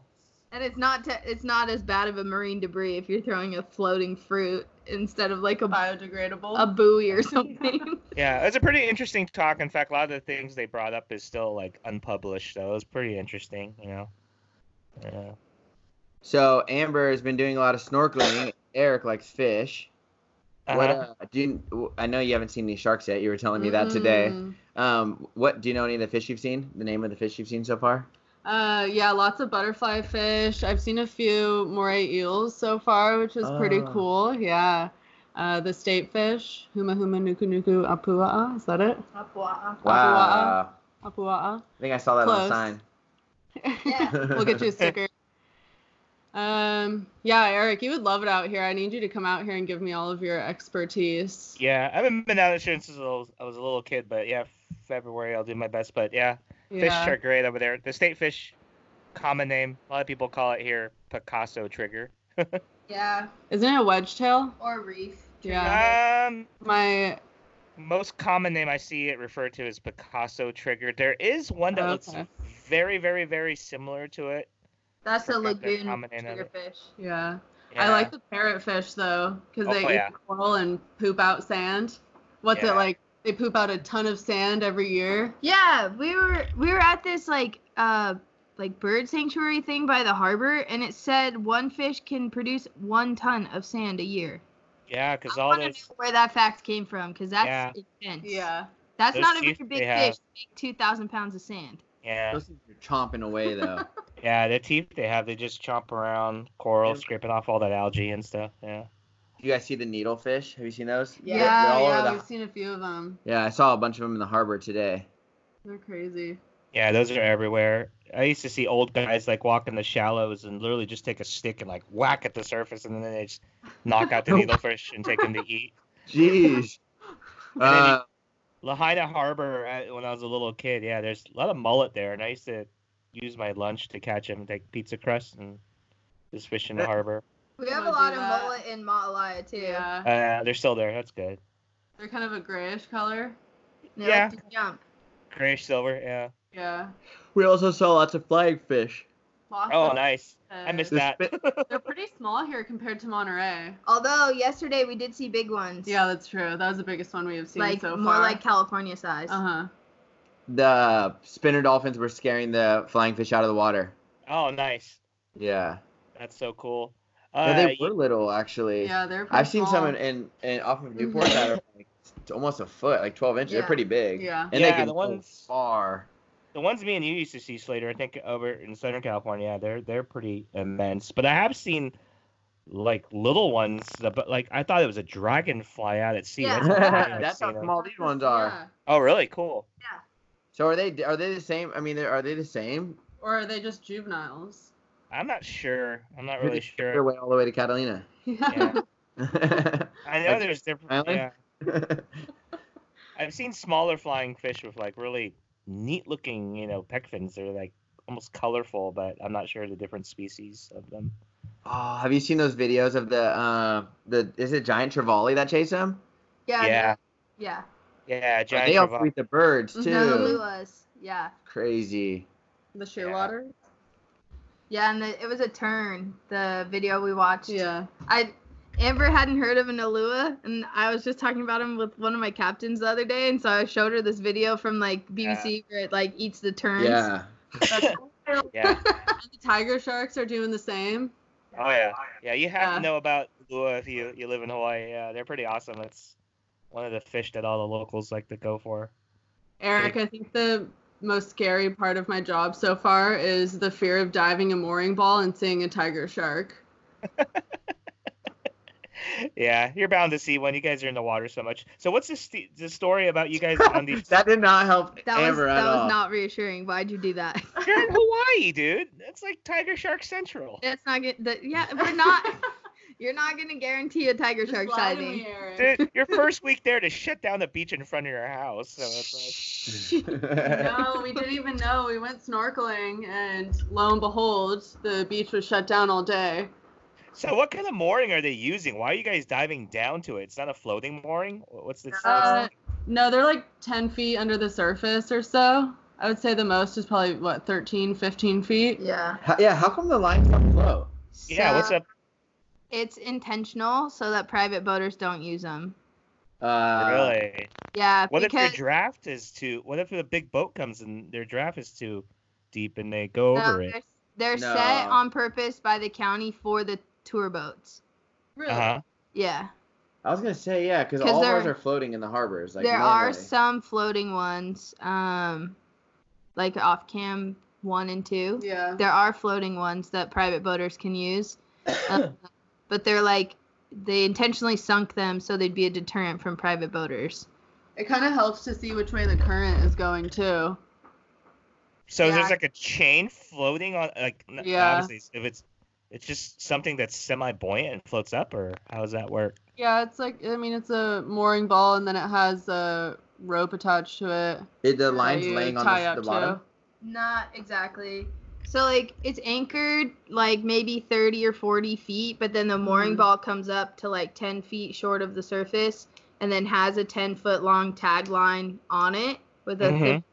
C: And it's not te- it's not as bad of a marine debris if you're throwing a floating fruit instead of like a
D: Biodegradable.
C: a buoy or [LAUGHS]
D: [LAUGHS]
C: something.
B: yeah, it's a pretty interesting talk. In fact, a lot of the things they brought up is still like unpublished, so it was pretty interesting, you know. Yeah.
A: So Amber has been doing a lot of snorkeling. Eric likes fish. What
B: Uh-huh.
A: uh, do you, I know you haven't seen any sharks yet. You were telling me that today.
D: Mm.
B: Mm-hmm.
A: Um, what do you know any of the fish you've seen? The name of the fish you've seen so far?
D: Uh, yeah, lots of butterfly fish. I've seen a few moray eels so far, which was pretty
A: Ah.
D: cool. Yeah. Uh, the state fish, Huma Huma Nuku Nuku Apua'a. Is that it?
A: Wow.
D: Apua'a.
A: I think I saw that on
D: Close.
A: the sign.
C: Yeah.
B: [LAUGHS]
D: we'll get you a sticker. Um, yeah, Eric, you would love it out here. I need you to come out here and give me all of your expertise.
B: Yeah, I haven't been out there since I was a little- I was a little kid, but yeah, February I'll do my best. But yeah,
D: Yeah.
B: Fish are great over there. The state fish, common name. A lot of people call it here Picasso trigger.
C: yeah,
D: Isn't it a wedge tail?
C: or reef.
D: Yeah.
B: Um,
D: My
B: most common name I see it referred to is Picasso trigger. There is one that looks
D: Okay.
B: very, very, very similar to it.
C: That's a
B: Forgot their
C: lagoon
B: common name of it.
C: triggerfish.
D: yeah. I
B: Yeah.
D: like the parrotfish though, because
B: Oh,
D: they
B: oh,
D: eat
B: yeah.
D: coral and poop out sand. What's
B: Yeah.
D: it like? They poop out a ton of sand every year.
C: Yeah, we were we were at this like uh like bird sanctuary thing by the harbor, and it said one fish can produce one ton of sand a year.
B: Yeah, because
C: I
B: all
C: want to know
B: those.
C: where that fact came from, because that's intense.
D: Yeah.
C: that's
B: Those
C: not a very
B: teeth
C: big
B: they have.
C: fish. to Make two thousand pounds of sand.
A: [LAUGHS]
B: Yeah,
A: Those things are chomping away
B: [LAUGHS]
A: though.
B: yeah. The teeth they have, they just chomp around coral,
A: Yeah.
B: scraping off all that algae and stuff. Yeah.
A: you guys see the needlefish? Have you seen those?
D: Yeah,
A: They're- they're
D: yeah,
A: all over the-
D: we've seen a few of them.
A: yeah, I saw a bunch of them in the harbor
D: [LAUGHS]
A: today.
D: They're crazy.
B: Yeah, those are everywhere. I used to see old guys like walk in the shallows and literally just take a stick and like whack at the surface, and then they just knock out the needlefish and take them to eat. [LAUGHS]
A: Jeez. Uh,
B: Lahaina Harbor, uh, when I was a little kid, yeah, there's a lot of mullet there, and I used to use my lunch to catch them, like pizza crust and just fish in the harbor.
C: We
D: have a lot of mullet
C: in Matalaya too.
D: Yeah.
B: Uh, they're still there. That's good.
D: They're kind of a grayish color.
C: They
B: Yeah.
C: like to jump.
B: Grayish silver, yeah.
D: Yeah.
A: we also saw lots of flying fish.
D: Plaza.
B: Oh, nice. I
D: because
B: missed
A: The
B: that.
D: They're pretty small here compared to Monterey.
C: Although yesterday we did see big ones.
D: Yeah, that's true. That was the biggest one we have seen
C: Like
D: so far.
C: more like California size.
D: Uh huh.
A: The spinner dolphins were scaring the flying fish out of the water.
B: Oh, nice.
A: Yeah.
B: That's so cool.
A: No,
B: Uh,
A: they were little actually.
D: Yeah, they're. Pretty
A: I've seen
D: small.
A: some in, in, in off of Newport that are like it's almost a foot, like 12 inches.
C: Yeah.
A: They're pretty big.
D: Yeah.
A: And
B: Yeah,
A: they can
B: the
A: go
B: ones-
A: far.
B: The ones me and you used to see Slater, I think over in Southern California, yeah, they're they're pretty immense. But I have seen like little ones, that, but like I thought it was a dragonfly out at sea.
C: Yeah.
B: [LAUGHS] That's,
A: [LAUGHS]
B: how many I've
A: That's
B: seen
A: how
B: of-
A: small these ones are.
D: Yeah.
B: Oh, really? Cool.
A: So are they are they the same? I mean, are they the same?
D: Or are they just juveniles? [LAUGHS]
B: I'm not sure. I'm not really
A: Their
B: sure.
A: way all the way to Catalina. [LAUGHS]
B: Yeah. I know
A: Like
B: there's different.
A: Island?
B: Yeah. I've seen smaller flying fish with like really neat looking, you know, peck fins. They're like almost colorful, but I'm not sure the different species of them.
A: oh, have you seen those videos of the uh, the is it giant trevally that chase them?
C: yeah.
B: Yeah,
C: Yeah.
B: yeah, giant.
A: they all
B: trevally.
A: feed the birds
D: Mhm.
A: too.
C: No, the Luas. Yeah.
A: Crazy.
D: The shearwater.
B: shearwater?
C: Yeah, and the, it was a turn. The video we watched.
D: Yeah.
C: I Amber hadn't heard of an Alua, and I was just talking about him with one of my captains the other day, and so I showed her this video from like BBC where it like eats the turns.
A: Yeah.
D: That's-
B: yeah.
D: the tiger sharks are doing the same.
B: Oh yeah, yeah. You have
D: Yeah.
B: to know about lua if you you live in Hawaii. Yeah, they're pretty awesome. It's one of the fish that all the locals like to go for.
D: Eric, I think the most scary part of my job so far is the fear of diving a mooring ball and seeing a tiger shark.
B: Yeah, you're bound to see one. You guys are in the water so much. So what's the st- the story about you guys on
D: [LAUGHS]
B: these?
A: [LAUGHS] that did not help
C: That
A: Amber
C: was
A: at
C: that
A: all.
C: was not reassuring. Why'd you do that?
B: You're in Hawaii, dude. That's like Tiger Shark Central.
C: That's not good. that yeah, [LAUGHS] we're not. you're not gonna guarantee a tiger shark
D: [LAUGHS] Just lie to
C: sighting.
D: me, Eric.
B: Dude, your first week there to shut down the beach in front of your house. So it's like.
A: [LAUGHS]
D: [LAUGHS] no, we didn't even know. We went snorkeling, and lo and behold, the beach was shut down all day.
B: So what kind of mooring are they using? Why are you guys diving down to it? It's not a floating mooring. Wh- What's this?
D: Uh, no, they're like 10 feet under the surface or so. I would say the most is probably, what, 13, 15 feet?
C: Yeah.
A: How- yeah. How come the lines don't float?
B: yeah, what's
C: So,
B: up?
C: It's intentional so that private boaters don't use them.
A: Uh,
B: really?
C: Yeah,
B: What if
C: because
B: their draft is too? What if the big boat comes and their draft is too deep and they go
C: no,
B: over it?
C: they're, they're
A: No.
C: set on purpose by the county for the tour boats.
D: Really?
B: Uh huh.
C: Yeah,
A: I was gonna say yeah, because
C: 'Cause
A: all
C: there-
A: ours are floating in the harbors. Like
C: there are
A: normally.
C: some floating ones, um, like off cam one and two.
D: Yeah.
C: There are floating ones that private boaters can
A: [COUGHS]
C: use, um, but they're like they intentionally sunk them so they'd be a deterrent from private boaters.
D: It kind of helps to see which way the current is going, too.
B: So
C: Yeah.
B: there's like a chain floating on, like n-
D: Yeah.
B: obviously it's- if it's it's just something that's semi buoyant and floats up, or how does that work? [LAUGHS]
D: Yeah, it's like, I mean, it's a mooring ball, and then it has a rope attached to it.
A: It- the
D: that
A: lines
D: you
A: laying on
D: tie
A: the,
D: up
A: the
D: to.
A: bottom.
C: Not exactly. So like it's anchored like maybe 30 or 40 feet, but then the mooring
D: Mhm.
C: ball comes up to like 10 feet short of the surface, and then has a 10 foot long tag line on it with a.
B: Mhm.
C: thim-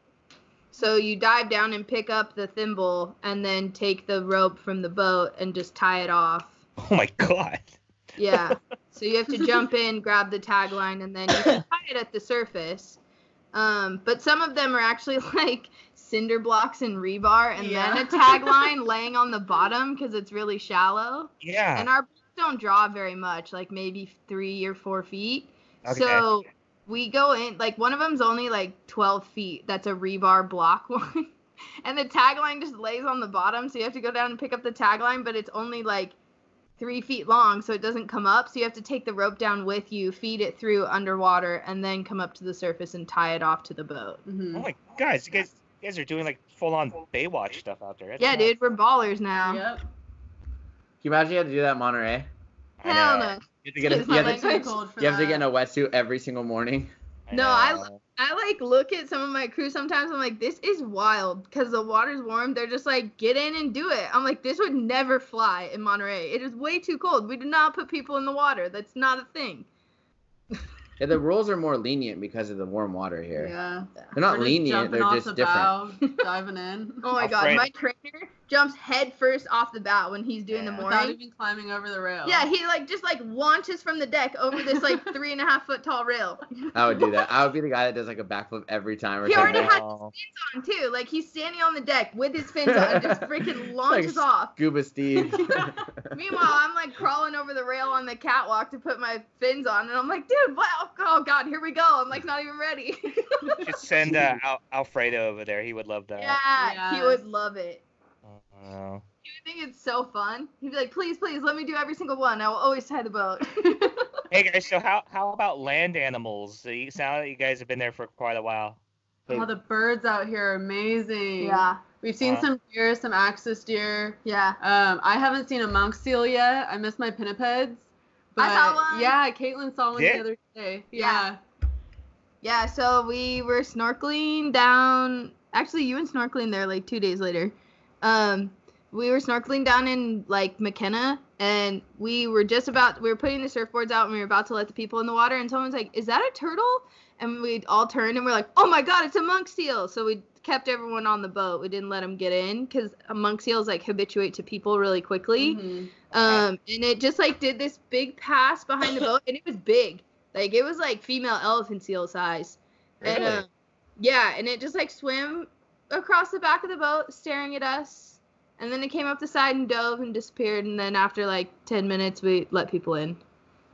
C: so you dive down and pick up the thimble, and then take the rope from the boat and just tie it off.
B: Oh my god.
C: Yeah. so you have to jump in, grab the tag line, and then you can tie it at the surface. Um, but some of them are actually [LAUGHS] like cinder blocks and rebar, and
D: Yeah.
C: then a tag line laying on the bottom because it's really shallow.
B: Yeah.
C: And our boats don't draw very much, like maybe three or four feet.
B: Okay.
C: So we go in, like one of them's only like 12 feet. That's a rebar block [LAUGHS] one. and the tagline just lays on the bottom. So you have to go down and pick up the tagline, but it's only like three feet long. So it doesn't come up. So you have to take the rope down with you, feed it through underwater, and then come up to the surface and tie it off to the boat.
D: Mhm.
B: oh my guys, you guys you guys are doing like full on Baywatch stuff out there. That's
C: yeah,
B: nuts.
C: dude, we're ballers now.
D: Yep.
A: Can you imagine you had to do that in Monterey?
B: I
C: Hell
B: know.
C: no.
B: You have to
A: You
B: get
A: have
B: a,
A: to, you have
D: legs
A: to-
D: are cold for
A: you have to get in
D: that.
A: a wetsuit every single morning. [LAUGHS]
C: No, I
B: know.
C: I like look at some of my crew sometimes. I'm like, this is wild because the water's warm. They're just like, get in and do it. I'm like, this would never fly in Monterey. It is way too cold. We do not put people in the water. That's not a thing.
A: Yeah, the rules are more lenient because of the warm water here.
D: Yeah.
A: They're not
D: We're just
A: lenient,
D: jumping
A: they're
D: off
A: just
D: the
A: [LAUGHS] different.
D: bow, diving in.
C: Oh my
B: I'll
C: god,
B: frame
C: my trainer jumps head first off the bat when he's doing
B: Yeah.
C: the
D: without
C: mooring.
D: even climbing over the rail.
C: Yeah, he like just like launches from the deck over this like three and a half foot tall rail
A: I would do that. I would be the guy that does like a backflip every time. Or
C: He already
A: something.
C: had- on too. Like he's standing on the deck with his fins on, and just freaking launches
A: Like,
C: off.
A: Scuba
D: [LAUGHS]
A: Steve.
C: Meanwhile, I'm like crawling over the rail on the catwalk to put my fins on, and I'm like, dude, wow, oh god, here we go. I'm like not even ready.
B: Should send uh, Al- Alfredo over there. He would love that.
C: [LAUGHS] yeah, he would love it.
B: Oh.
C: He would think it's so fun. He'd be like, please, please, let me do every single one. I will always tie the boat. [LAUGHS]
B: Hey guys, so how how about land animals? So You sound like you guys have been there for quite a while.
D: Oh, the birds out here are amazing.
C: yeah,
D: We've seen
B: Wow.
D: some deer, some axis deer.
C: yeah.
D: Um, I haven't seen a monk seal yet. I missed my pinnipeds. But
C: I saw one.
D: Yeah, Caitlin saw one
B: Did?
D: the other day.
C: Yeah.
D: Yeah.
C: Yeah, so we were snorkeling down. Actually, you and snorkeling there like two days later. Um, we were snorkeling down in like McKenna, and we were just about we were putting the surfboards out, and we were about to let the people in the water, and someone's like, "Is that a turtle?" And we all turned, and we're like, "Oh my god, it's a monk seal!" So we kept everyone on the boat. We didn't let them get in because monk seals like habituate to people really quickly.
D: Mhm.
C: Um, and it just like did this big pass behind the boat, and it was big, like it was like female elephant seal size. And,
B: Really?
C: uh, yeah, and it just like swam across the back of the boat, staring at us, and then it came up the side and dove and disappeared. And then after like ten minutes, we let people in.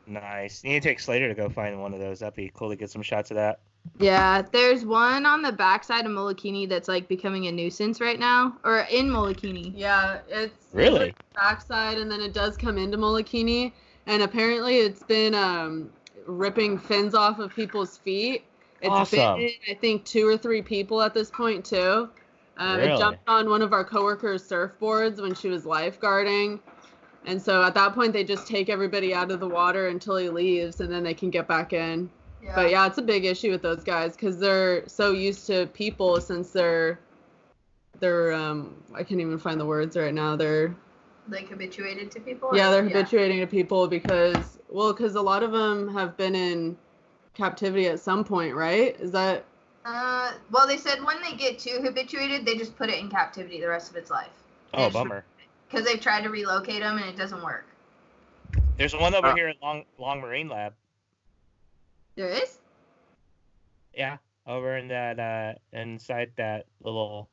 B: Nice. You need to take Slater to go find one of those. That'd be cool to get some shots of that.
C: Yeah, there's one on the backside of Molokini that's like becoming a nuisance right now, or in Molokini.
D: Yeah. It's
B: Really?
D: backside and then it does come into Molokini and apparently it's been um, ripping fins off of people's feet. It's
B: Awesome.
D: bitten, I think, two or three people at this point too. Um, It
B: Really?
D: jumped on one of our coworkers' surfboards when she was lifeguarding. And so at that point, they just take everybody out of the water until he leaves, and then they can get back in. But yeah, it's a big issue with those guys because they're so used to people since they're they're um I can't even find the words right now. They're
C: like habituated to people.
D: yeah, they're habituating to people because well, because a lot of them have been in captivity at some point, right? Is that
C: Uh, well, they said when they get too habituated, they just put it in captivity the rest of its life.
B: Oh,
C: Yes.
B: bummer.
C: because they've tried to relocate them and it doesn't work.
B: There's one over
A: Uh,
B: here at Long Long Marine Lab.
C: There is?
B: Yeah, over in that uh inside that little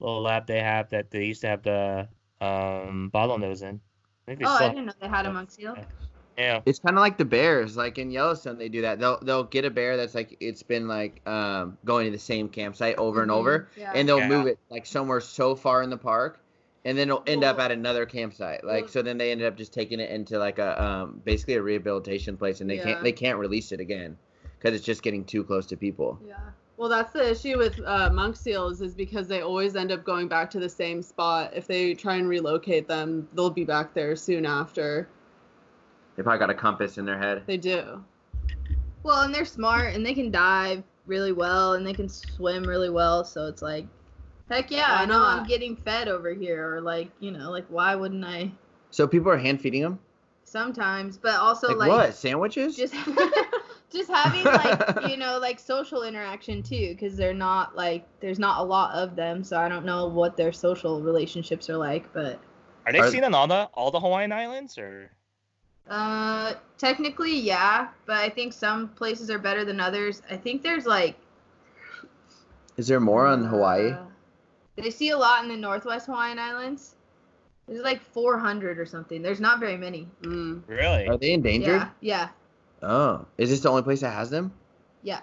B: little lab they have that they used to have the um bottlenose in. I think they
C: Oh, I
B: still-
C: didn't know they had a monk seal.
B: yeah.
A: [LAUGHS] It's kind of like the bears, like in Yellowstone, they do that. They'll they'll get a bear that's like it's been like um, going to the same campsite over and
D: Mhm.
A: over,
C: Yeah.
A: and they'll
B: Yeah.
A: move it like somewhere so far in the park, and then it'll end up
C: Cool.
A: at another campsite. Like
D: Cool.
A: so, then they ended up just taking it into like a um, basically a rehabilitation place, and they
D: Yeah.
A: can't they can't release it again because it's just getting too close to people.
D: yeah. Well, that's the issue with uh, monk seals is because they always end up going back to the same spot. If they try and relocate them, they'll be back there soon after.
A: They probably got a compass in their head.
D: They do.
C: Well, and they're smart and they can dive really well and they can swim really well. So it's like, heck yeah,
D: Why
C: I know I'm
D: not?
C: getting fed over here. Or like, you know, like, why wouldn't I?
A: So people are hand feeding them.
C: Sometimes, but also
A: Like,
C: like,
A: what sandwiches?
C: [LAUGHS] just. Just having like you know like social interaction too, because they're not like there's not a lot of them, so I don't know what their social relationships are like. But
B: Are they
A: Are-
B: seen on all the all the Hawaiian islands or
C: Uh, technically, yeah, but I think some places are better than others. I think there's like
A: Is there more on Hawaii?
C: uh, they see a lot in the Northwest Hawaiian Islands. There's like 400 or something. There's not very many.
D: Mm.
B: really?
A: Are they endangered?
C: Yeah, yeah,
A: Oh, is this the only place that has them?
C: yeah.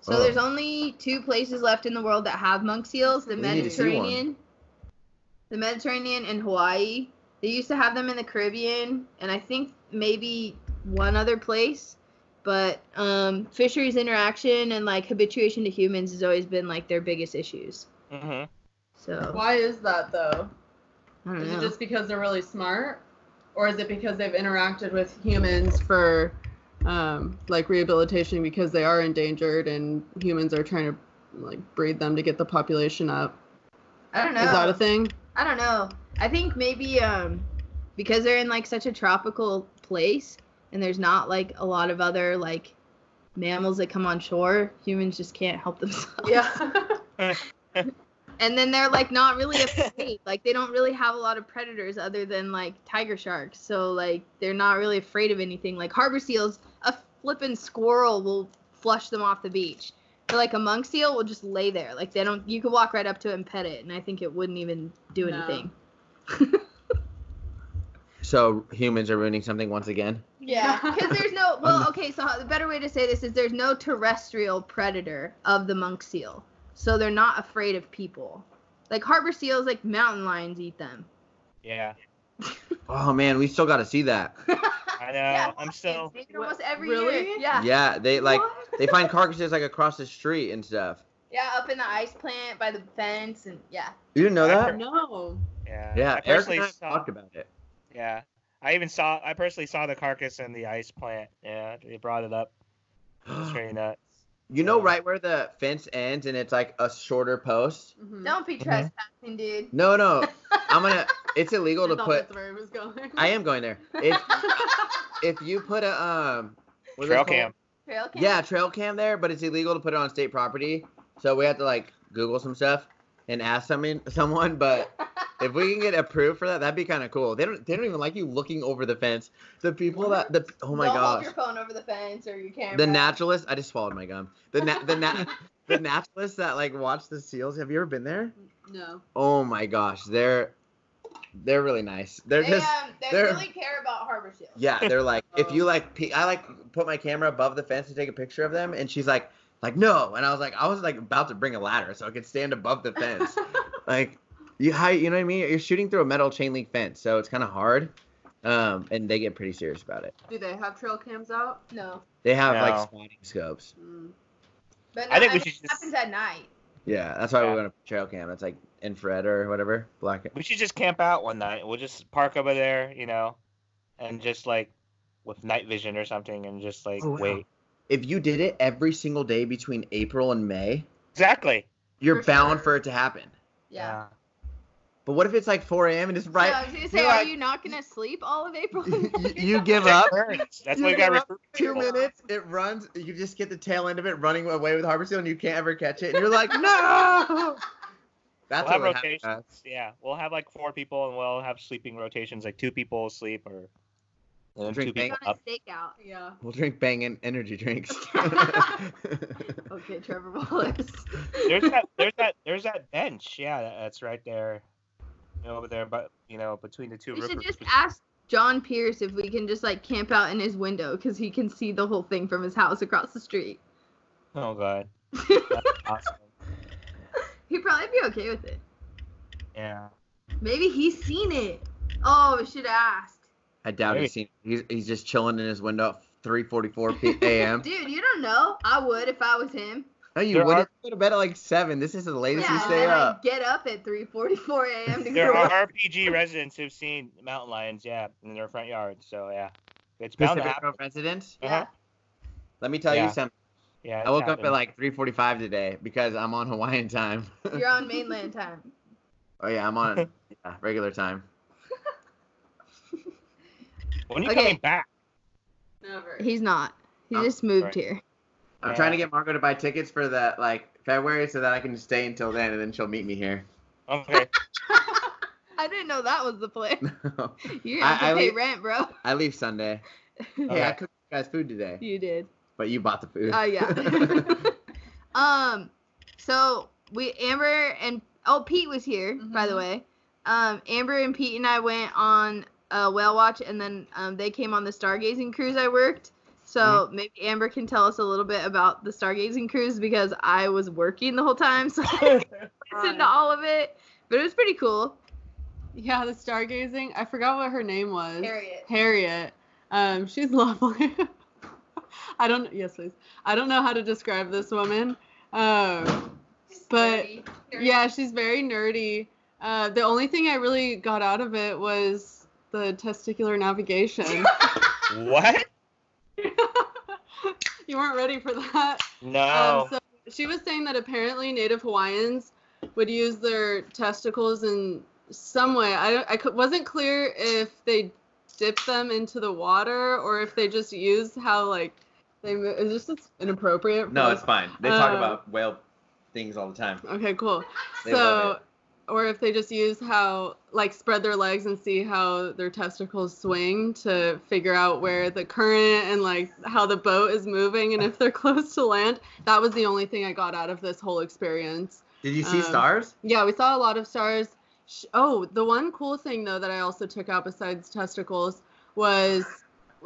C: So
A: Oh.
C: there's only two places left in the world that have monk seals: the
A: We need to see one.
C: Mediterranean, the Mediterranean, and Hawaii. They used to have them in the Caribbean, and I think maybe one other place. But um, fisheries interaction and like habituation to humans has always been like their biggest issues.
B: Mm-hmm.
C: [LAUGHS] So
D: Why is that though?
C: I don't
D: Is
C: know.
D: it just because they're really smart, or is it because they've interacted with humans for um, like rehabilitation because they are endangered and humans are trying to like breed them to get the population up?
C: I don't know.
D: Is that a thing?
C: I don't know. I think maybe um because they're in like such a tropical place and there's not like a lot of other like mammals that come on shore, humans just can't help themselves.
D: Yeah.
C: and then they're like not really afraid. like they don't really have a lot of predators other than like tiger sharks. So like they're not really afraid of anything. Like harbor seals, a flippin' squirrel will flush them off the beach. But like a monk seal will just lay there. Like they don't. You could walk right up to it and pet it, and I think it wouldn't even do
D: No.
C: anything. [LAUGHS]
A: So humans are ruining something once again.
D: [LAUGHS]
C: Yeah, because there's no well,
A: Um,
C: okay. So the better way to say this is there's no terrestrial predator of the monk seal, so they're not afraid of people. Like harbor seals, like mountain lions eat them.
B: Yeah,
A: Oh man, we still got to see
C: [LAUGHS]
A: that.
B: I know.
C: Yeah,
B: I'm still.
C: They eat it
D: What-
C: almost every
D: really?
C: year. Yeah,
A: Yeah, they like
D: What?
A: they find carcasses like across the street and stuff.
C: yeah, up in the ice plant by the fence, and yeah.
A: You didn't know that?
D: [LAUGHS] [LAUGHS] No.
B: Yeah.
A: Yeah,
B: I
A: Eric
B: personally
A: and I
B: saw.
A: talked about it.
B: Yeah. I even saw. I personally saw the carcass in the ice plant. Yeah, they brought it up.
A: [GASPS]
B: It's pretty nuts.
A: You know,
B: Yeah.
A: right where the fence ends and it's like a shorter post.
D: Mhm.
C: Don't be trespassing, dude.
A: No, no, I'm gonna. It's
D: I
A: illegal to
D: thought
A: put.
D: that's where it was going.
A: I am going there. If if you put a um. what are they
B: Trail
A: called?
B: cam.
C: Trail cam. [LAUGHS]
A: Yeah, trail cam there, but it's illegal to put it on state property. So we have to like Google some stuff and ask someone someone. But if we can get approved for that, that'd be kind of cool. They don't they don't even like you looking over the fence. The people that the oh my
C: Don't
A: gosh.
C: Hold your phone over the fence or your camera.
A: The naturalists. I just swallowed my gum. The na- the
C: [LAUGHS]
A: na- the naturalists that like watch the seals. Have you ever been there?
D: [LAUGHS] No.
A: Oh my gosh, they're they're really nice. They're
C: They,
A: just
C: um, they
A: they're-
C: really care about harbor seals.
A: yeah. They're like if you
D: Oh.
A: like, pe- I like put my camera above the fence to take a picture of them, and she's like like no, and I was like I was like about to bring a ladder so I could stand above the
C: [LAUGHS]
A: fence. like you hi, you know what I mean? You're shooting through a metal chain link fence, so it's kind of hard. Um, and they get pretty serious about it.
D: Do they have trail cams out?
C: No.
A: They have like
B: No.
A: spotting scopes.
D: Mm.
C: But
B: I think
C: no,
B: we
C: it
B: should just-
C: happens at night.
A: Yeah, that's why
B: Yeah.
A: we went to trail cam. That's like infrared or whatever. Black.
B: We should just camp out one night. We'll just park over there, you know, and just like with night vision or something, and just like
A: Oh, wow.
B: wait.
A: If you did it every single day between April and May,
B: Exactly.
A: you're
D: For
A: bound
D: sure.
A: for it to happen.
C: Yeah.
A: But what if it's like 4 a.m. and it's
C: So I
A: bright?
C: was gonna say,
B: You're
C: are
B: like-
C: you not gonna sleep all of
A: [LAUGHS]
C: April?
A: you,
C: [LAUGHS]
A: you give up
B: Turns. That's
A: You
B: what we got.
A: give up
B: recruit [LAUGHS]
A: two
B: people.
A: minutes, it runs. You just get the tail end of it running away with Harbor Seal, and you can't ever catch it. And you're like,
B: [LAUGHS]
A: no. That's
B: we'll have
A: what would happen.
B: rotations. Yeah, we'll have like four people, and we'll have sleeping rotations. Like two people sleep, or and then
A: Drink
B: two people
C: on a
B: up.
C: stakeout.
D: Yeah.
A: We'll drink banging energy
B: [LAUGHS]
A: drinks. [LAUGHS]
C: Okay, Trevor Wallace.
B: There's that. There's that. There's that bench. Yeah, that- that's right there, you know, over there. But you know, between the two.
C: we should
B: roofers.
C: just ask John Pierce if we can just like camp out in his window because he can see the whole thing from his house across the street.
B: Oh god.
C: [LAUGHS]
B: That's awesome.
C: He'd probably be okay with it.
B: Yeah.
C: Maybe he's seen it. Oh, we should have asked.
A: I doubt
B: Maybe.
A: he's seen. He's, he's just chilling in his window at 3:44 p-
B: [LAUGHS]
A: a.m.
C: [LAUGHS] Dude, you don't know. I would if I was him.
A: No, you
B: There
A: wouldn't
B: are-
A: go to bed at like seven. This is the latest
C: yeah,
A: you
C: and
A: stay
C: then I'd
A: up.
C: get up at
B: [LAUGHS]
C: 3:44 a.m. to go.
B: There
C: to work.
B: are RPG residents who've seen mountain lions. Yeah, in their front yard. So yeah, it's bound to
A: Pacific
B: happen.
A: Grove residents,
C: Yeah.
A: let me tell
B: Yeah.
A: you something.
B: Yeah.
A: I
B: it's
A: woke up at
B: happened.
A: like 3:45 today because I'm on Hawaiian time. [LAUGHS]
C: You're on mainland time.
A: oh yeah, I'm
B: [LAUGHS]
A: on yeah, regular time.
B: When are you
C: Okay.
B: coming back?
D: Never.
C: He's not. He
A: Oh,
C: just moved
B: right.
C: here.
A: I'm
B: Yeah.
A: trying to get Marco to buy tickets for that like February so that I can stay until then and then she'll meet me here. [LAUGHS]
C: [LAUGHS]
B: Okay.
C: I didn't know that was the plan. You
A: I-
C: have to
A: I
C: pay
A: leave-
C: rent, bro.
A: I leave Sunday. Hey, I
B: Okay.
A: cooked you guys food today,
C: You did.
A: but you bought the food.
C: Oh yeah. [LAUGHS] um, so we Amber and oh Pete was here by the
D: Mhm.
C: way. Um, Amber and Pete and I went on a whale watch, and then um, they came on the stargazing cruise I worked. So maybe Amber can tell us a little bit about the stargazing cruise because I was working the whole time, [LAUGHS] so I listened to all of it. But it was pretty cool.
D: Yeah, the stargazing. I forgot what her name was.
C: Harriet.
D: Harriet. Um, she's [LAUGHS] lovely. I don't. Yes, please. I don't know how to describe this woman. Um, But- yeah, she's very nerdy. Uh, the only thing I really got out of it was the testicular navigation.
B: [LAUGHS]
D: [LAUGHS]
B: what?
D: you weren't ready for that.
B: No.
D: Um, so she was saying that apparently Native Hawaiians would use their testicles in some way. I, I cou- wasn't clear if they dipped them into the water or if they just used how like they. mo- It's just it's inappropriate.
A: [LAUGHS]
D: for
A: No,
D: us.
A: it's fine. They talk
C: Um,
D: Uh,
A: about whale things all the time.
D: Okay, cool.
A: They love
D: so, or if they just use how, like, spread their legs and see how their testicles swing to figure out where the current and, like, how the boat is moving and if they're [LAUGHS] close to land. That was the only thing I got out of this whole experience.
A: Did you see
D: Um,
A: stars?
D: Yeah, we saw a lot of stars. Sh- Oh, the one cool thing, though, that I also took out besides testicles was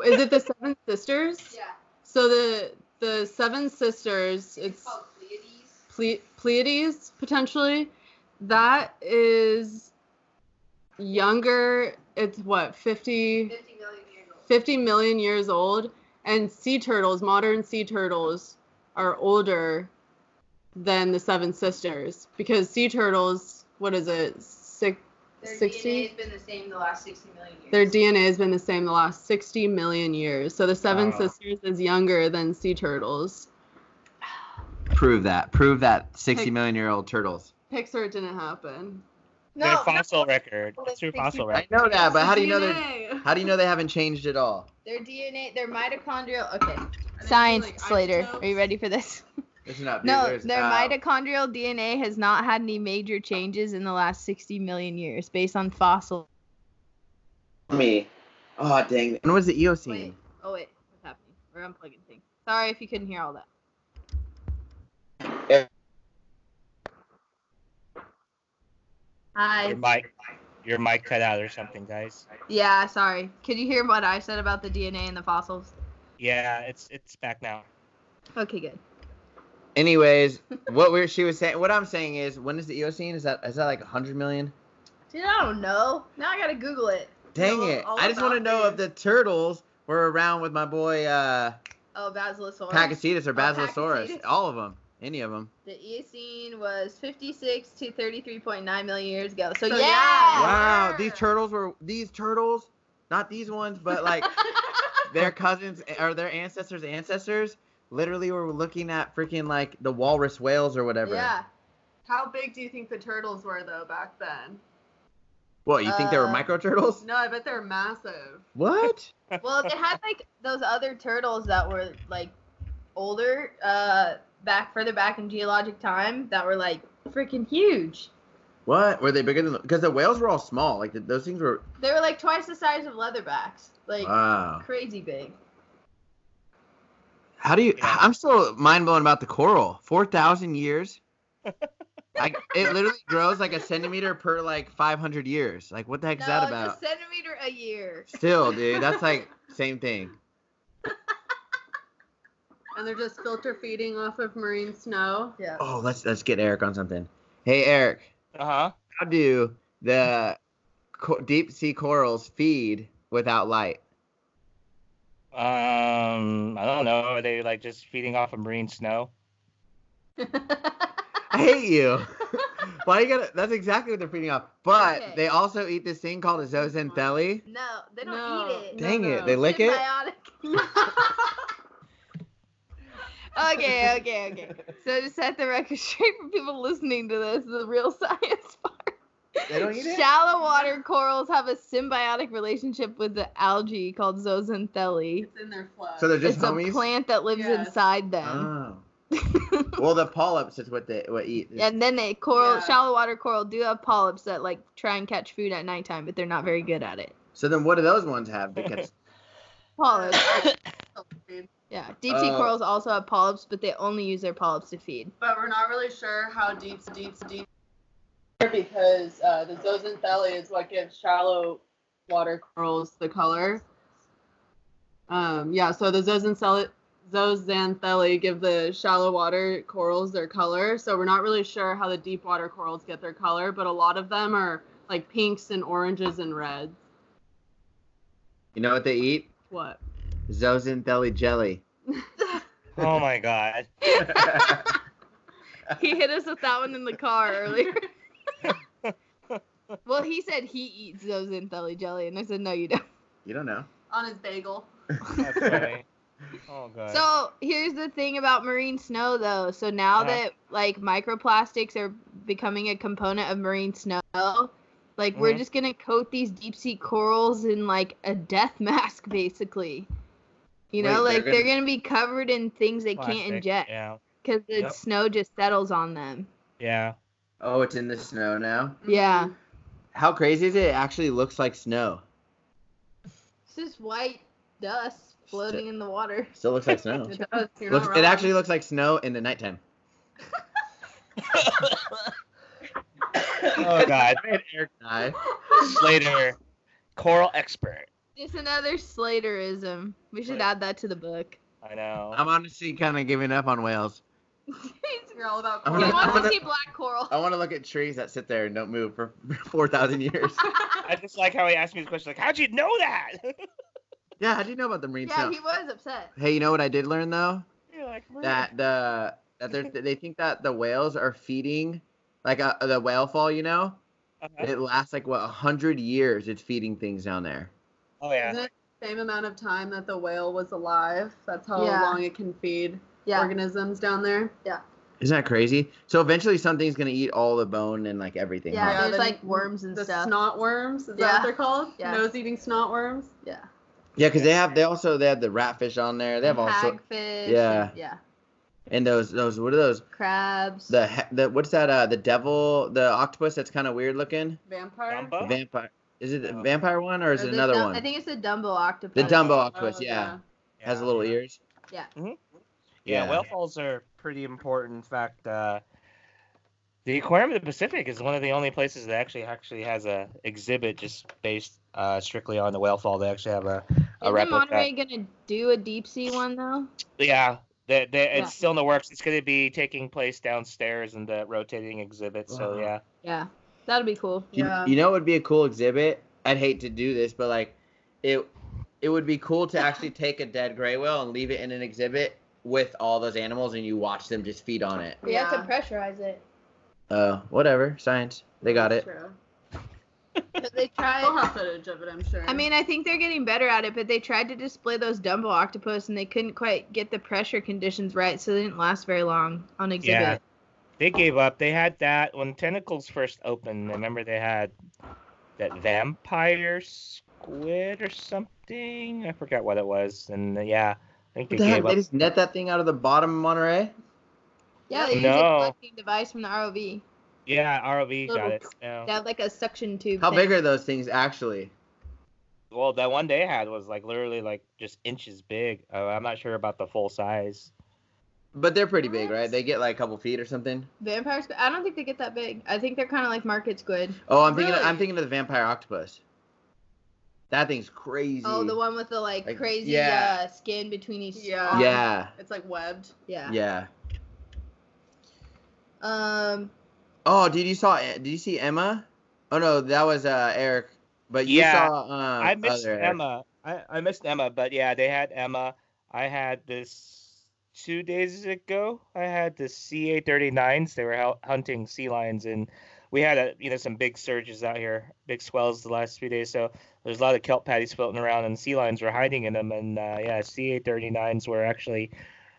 D: is it the Seven Sisters? So, the the Seven Sisters,
C: Oh,
D: it's. Ple- Pleiades potentially. That is younger. It's what 50, 50 million years old, and sea turtles, modern sea turtles, are older than the Seven Sisters because sea turtles. What is it? Six.
C: Their
D: 60?
C: DNA has been the same the last 60 million years.
D: Their DNA has been the same the last 60 million years. So the Seven
B: Wow.
D: Sisters is younger than sea turtles.
A: Prove that. Prove that 60
D: Pic-
A: million year old turtles.
D: Pixar didn't happen.
B: Their fossil record. It's their fossil
A: I
B: record.
A: know that, but how do you know they
D: DNA.
A: how do you know they haven't changed at all?
C: Their DNA, their mitochondrial. Okay.
D: feel
C: Science,
D: like
C: Slater. Are you
D: isotopes-
C: ready for this?
A: There's not
C: No,
A: there's,
C: their
A: uh,
C: mitochondrial DNA has not had any major changes in the last 60 million years based on fossil.
A: me. Oh dang. it. When was the Eocene?
C: Wait. Oh, wait. What's happening? We're unplugging things. Sorry if you couldn't hear all that.
A: Yeah.
C: Hi.
B: Your mic, your mic cut out or something, guys.
C: Yeah, sorry. Could you hear what I said about the DNA and the fossils?
B: Yeah, it's it's back now.
C: Okay, good.
A: Anyways, what we're she was saying, what I'm saying is, when is the Eocene? Is that is that like 100 million?
C: Dude, I don't know. Now I gotta Google it.
A: Dang
C: Know
A: it!
C: all
A: I just want to
C: about
A: know if
C: this.
A: the turtles were around with my boy uh
C: Oh, Basilosaurus. uh,
A: Pachycetus or Basilosaurus.
C: Pachycetus.
A: All of them, any of them.
C: The Eocene was 56 to 33.9 million years ago. So,
D: So
C: yeah.
D: yeah.
A: Wow, these
C: Sure.
A: turtles were these turtles, not these ones, but like their cousins or their ancestors' ancestors. Literally, were looking at freaking like the walrus whales or whatever.
C: Yeah.
D: How big do you think the turtles were though back then?
A: What you think they were
C: Uh,
A: micro turtles?
D: No, I bet they're massive.
A: What?
C: [LAUGHS] Well, they had like those other turtles that were like older, uh, back further back in geologic time that were like freaking huge.
A: What were they bigger than? Because the whales were all small. Like the, those things were.
C: They were like twice the size of leatherbacks. Like
A: Wow.
C: crazy big.
A: How do you?
B: Yeah.
A: I'm still mind blown about the coral. Four thousand years. like it literally grows like a centimeter per like 500 years. Like what the heck is that
C: no,
A: about?
C: it's a centimeter a year.
A: Still, dude, that's like same thing.
D: And they're just filter feeding off of marine snow.
C: Yeah.
A: Oh, let's let's get Eric on something. Hey, Eric,
B: Uh huh.
A: how do the co- deep sea corals feed without light?
B: Um, I don't know. Are they like just feeding off of marine [LAUGHS] snow?
A: I hate you. Why you gotta? That's exactly what they're feeding off. But
C: Okay.
A: they also eat this thing called a zooxanthellae.
C: No, they don't
D: No.
C: eat it.
D: No,
A: Dang it,
D: no.
A: they lick it.
D: [LAUGHS]
C: Symbiotic. okay, okay, okay. So to set the record straight for people listening to this, the real [LAUGHS] science
A: They don't eat it.
C: Shallow water corals have a symbiotic relationship with the algae called zooxanthellae.
D: It's in their flood.
A: So they're just
C: It's
A: homies.
C: a plant that lives
D: Yes.
C: inside them.
A: Oh. well, the polyps is what they what eat.
C: And then they coral
D: Yeah.
C: shallow water coral do have polyps that like try and catch food at nighttime, but they're not very good at it.
A: So then, what do those ones have? Because
C: Polyps.
D: [LAUGHS]
C: Yeah. Deep sea
A: Uh,
C: corals also have polyps, but they only use their polyps to feed.
D: but we're not really sure how deep, deep, deep. Because uh, the zooxanthellae is what gives shallow water corals the color. Um, yeah, so the zooxanthellae, zooxanthellae give the shallow water corals their color. So we're not really sure how the deep water corals get their color, but a lot of them are like pinks and oranges and reds.
A: you know what they eat?
D: What?
A: Zooxanthellae jelly.
B: Oh my god.
C: he hit us with that one in the car
A: [LAUGHS]
C: earlier. well, he said he eats those in Theli Jelly, and I said, no, you don't.
A: you don't know.
D: On his bagel.
B: That's
C: [LAUGHS]
B: funny. Oh god.
C: So here's the thing about marine snow, though. So now
B: Uh-huh.
C: that like microplastics are becoming a component of marine snow, like we're
A: Mm-hmm.
B: Mhm.
C: just gonna coat these deep sea corals in like a death [LAUGHS] mask, basically. You know,
A: Wait,
C: like
A: they're
C: they're gonna be covered in things they
B: Plastic,
C: can't ingest.
B: Yeah.
C: because the
B: Yep.
C: snow just settles on them.
B: Yeah.
A: Oh, it's in the snow now.
C: Yeah.
A: How crazy is it? It actually looks like snow.
C: It's just white dust floating in the water.
A: Still looks like
D: [LAUGHS]
A: snow.
D: Mm-hmm. It does. You're not
A: looks,
D: wrong.
A: it
D: [LAUGHS]
A: actually looks like snow in the nighttime.
B: Oh God.
A: [LAUGHS] I,
B: Later. Coral expert.
C: Just another Slaterism. We should
B: Right.
C: add that to the book.
B: I know.
A: I'm honestly kind of giving up on whales.
D: You're all about.
A: I'm
C: he
A: gonna-
D: coral.
A: I'm
C: wants to
A: gonna- Oh,
C: see black coral.
A: I want to look at trees that sit there and don't move for [LAUGHS] 4,000 years. [LAUGHS]
B: I just like how he asked me this question. Like, how'd you know that? [LAUGHS]
A: yeah, how do you know about the marine
C: Yeah,
A: snow?
C: he was upset.
A: Hey, you know what I did learn though?
B: You're like, "Really?"
A: That the that they're, they think that the whales are feeding, like uh the whale fall, you know,
B: Uh-huh.
A: it lasts like what hundred years. It's feeding things down there.
B: Oh yeah.
D: Isn't it the same amount of time that the whale was alive? That's how
C: Yeah.
D: long it can feed
C: Yeah.
D: organisms down there.
A: Isn't that crazy? So eventually something's gonna eat all the bone and like everything.
C: Yeah,
A: huh?
D: Yeah,
C: there's
D: the-
C: like worms and
D: The
C: stuff.
D: snot worms, is that
C: Yeah.
D: what they're called?
C: Yeah.
D: Nose-eating snot worms.
C: yeah.
A: Yeah, because they have they also they have the ratfish on there. They have all sort
C: Hagfish.
A: Yeah.
C: and- yeah.
A: and those those what are those
C: Crabs.
A: the he- the what's that uh the devil the octopus that's kind of weird looking
D: Vampire.
B: Dumbo?
A: vampire is it the
B: Oh.
A: vampire one or is
C: or
A: it
C: the
A: another
C: dum-
A: one
C: I think it's the Dumbo octopus.
A: the Dumbo
D: Oh,
A: octopus yeah, has little ears
B: Yeah,
A: Yeah.
B: whale falls are pretty important. In fact, uh, the Aquarium of the Pacific is one of the only places that actually actually has a exhibit just based uh, strictly on the whale fall. They actually have a, a
C: Isn't
B: replica.
C: Monterey gonna do a deep sea one though?
B: Yeah, they, they, it's
C: Yeah.
B: still in the works. It's going to be taking place downstairs in the rotating exhibit. So
A: Wow.
B: yeah,
C: Yeah, that'd be cool.
A: You-
D: Yeah.
A: you, know it would be a cool exhibit I'd hate to do this but like it it would be cool to
C: [LAUGHS]
A: actually take a dead gray whale and leave it in an exhibit with all those animals and you watch them just feed on it
C: We have to
D: Yeah.
C: pressurize [LAUGHS] it.
A: uh whatever science they got it
D: True.
C: But they
D: They'll
C: tried.
D: have footage of it, I'm sure.
C: I mean, I think they're getting better at it, but they tried to display those Dumbo octopus and they couldn't quite get the pressure conditions right, so they didn't last very long on exhibit.
B: Yeah. they gave up. They had that when Tentacles first opened. I remember they had that vampire squid or something. I forgot what it was. And uh, yeah, I think they
A: What the heck?
B: gave
A: they
B: up.
A: just net that thing out of the bottom of Monterey
C: Yeah, they used
B: No.
C: a sucking device from the ROV.
B: Yeah, ROV got
C: Little-
B: it. Yeah.
C: They had like a suction tube.
A: how
C: thing.
A: big are those things actually
B: Well, that one they had was like literally like just inches big. Uh, I'm not sure about the full size.
A: but they're pretty big
C: What?
A: right they get like a couple feet or something
C: Vampire squid? I don't think they get that big. I think they're kind of like market squid.
A: Oh, I'm thinking. Of, I'm
D: Really?
A: thinking of the vampire octopus. That thing's crazy.
C: Oh, the one with the like,
A: Like,
C: crazy
A: yeah.
C: uh, skin between each.
D: Yeah.
C: arm.
A: Yeah,
D: it's like webbed.
C: yeah.
A: yeah.
C: Um.
A: Oh, dude, you saw? Did you see Emma? Oh no, that was uh, Eric. But you
B: Yeah,
A: saw. Um,
B: I missed
A: other Eric.
B: Emma. I, I missed Emma, but yeah, they had Emma. I had this two days ago. I had the CA39s. They were out hunting sea lions, and we had a you know some big surges out here, big swells the last few days. So there's a lot of kelp patties floating around, and sea lions were hiding in them. And uh, yeah, CA39s were actually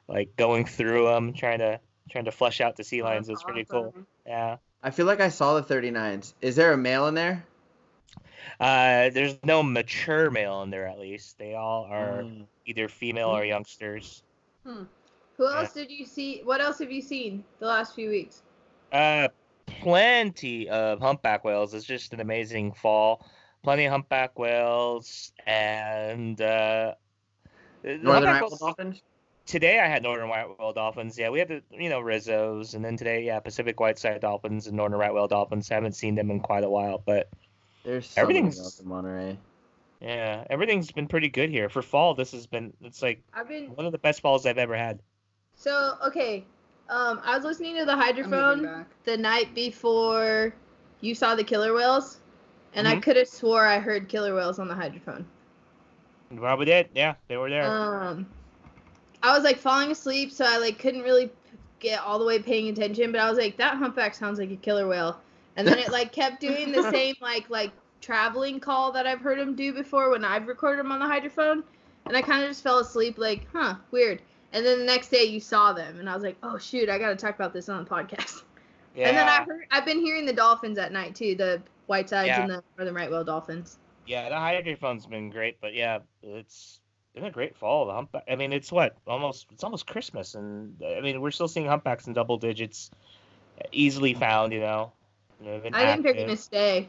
B: like going through them, trying to trying to flush out the sea lions. It was pretty cool. Yeah.
A: I feel like I saw the 39s. Is there a male in there?
B: Uh, there's no mature male in there at least. They all are
A: Mm.
B: either female
C: Mm-hmm.
B: or youngsters.
C: Who
B: Yeah.
C: else did you see? What else have you seen the last few weeks?
B: Uh, plenty of humpback whales. It's just an amazing fall. Plenty of humpback whales and uh, the
A: Northern
B: humpback
A: Iowa
B: whales-
A: dolphins.
B: Today I had northern white whale dolphins. Yeah, we had the you know Rizzos, and then today yeah Pacific white side dolphins and northern right whale dolphins. I haven't seen them in quite a while, but
A: There's so many
B: Everything's-
A: whales in Monterey.
B: yeah, everything's been pretty good here for fall. This has been it's like
C: I've been
B: one of the best falls I've ever had.
C: so okay. Um, I was listening to the
D: I'm moving
C: hydrophone
D: back.
C: the night before you saw the killer whales, and I could have swore I heard killer whales on the hydrophone.
B: You Probably did. Yeah, they were there.
C: Um, I was like falling asleep, so I like couldn't really get all the way paying attention. But I was like, that humpback sounds like a killer whale, and then it like kept doing the same like like traveling call that I've heard him do before when I've recorded him on the hydrophone, and I kind of just fell asleep like, huh, weird. And then the next day you saw them, and I was like, oh shoot, I gotta talk about this on the podcast.
B: yeah.
C: And then I heard I've been hearing the dolphins at night too, the white sides
B: Yeah.
C: and the northern right whale dolphins.
B: Yeah, the hydrophone's been great, but yeah, it's been a great fall. The humpback. I mean, it's what almost it's almost Christmas, and I mean we're still seeing humpbacks in double digits, easily found. You know, You know, they've been
C: I think they're
B: active.
C: gonna stay.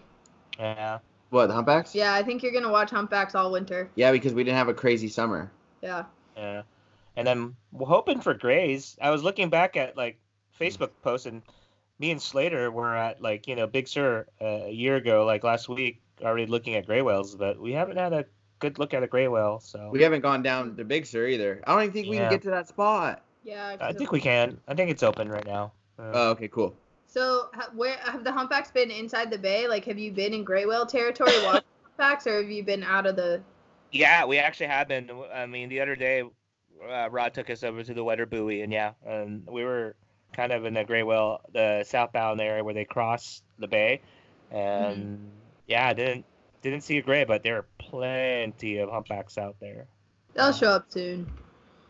B: Yeah,
A: What the humpbacks?
C: Yeah, I think you're gonna watch humpbacks all winter.
A: Yeah, because we didn't have a crazy summer.
C: Yeah.
B: yeah. And then we're hoping for grays. I was looking back at like Facebook posts, and me and Slater were at like you know Big Sur uh, a year ago, like last week, already looking at gray whales, but we haven't had a good look at a gray whale. So
A: We haven't gone down to Big Sur either. I don't even think we
B: Yeah.
A: can get to that spot.
C: Yeah.
B: I think we can. I think it's open right now. Uh,
A: Oh, okay, cool.
C: So, ha- where have the humpbacks been inside the bay? Like, have you been in gray whale territory
B: [LAUGHS]
C: watching humpbacks, or have you been out of the?
B: Yeah, we actually have been. I mean, the other day, uh, Rod took us over to the wetter buoy, and yeah, and we were kind of in the gray whale, the southbound area where they cross the bay, and yeah, didn't didn't see a gray, but there are plenty of humpbacks out there. Uh.
C: They'll show up soon.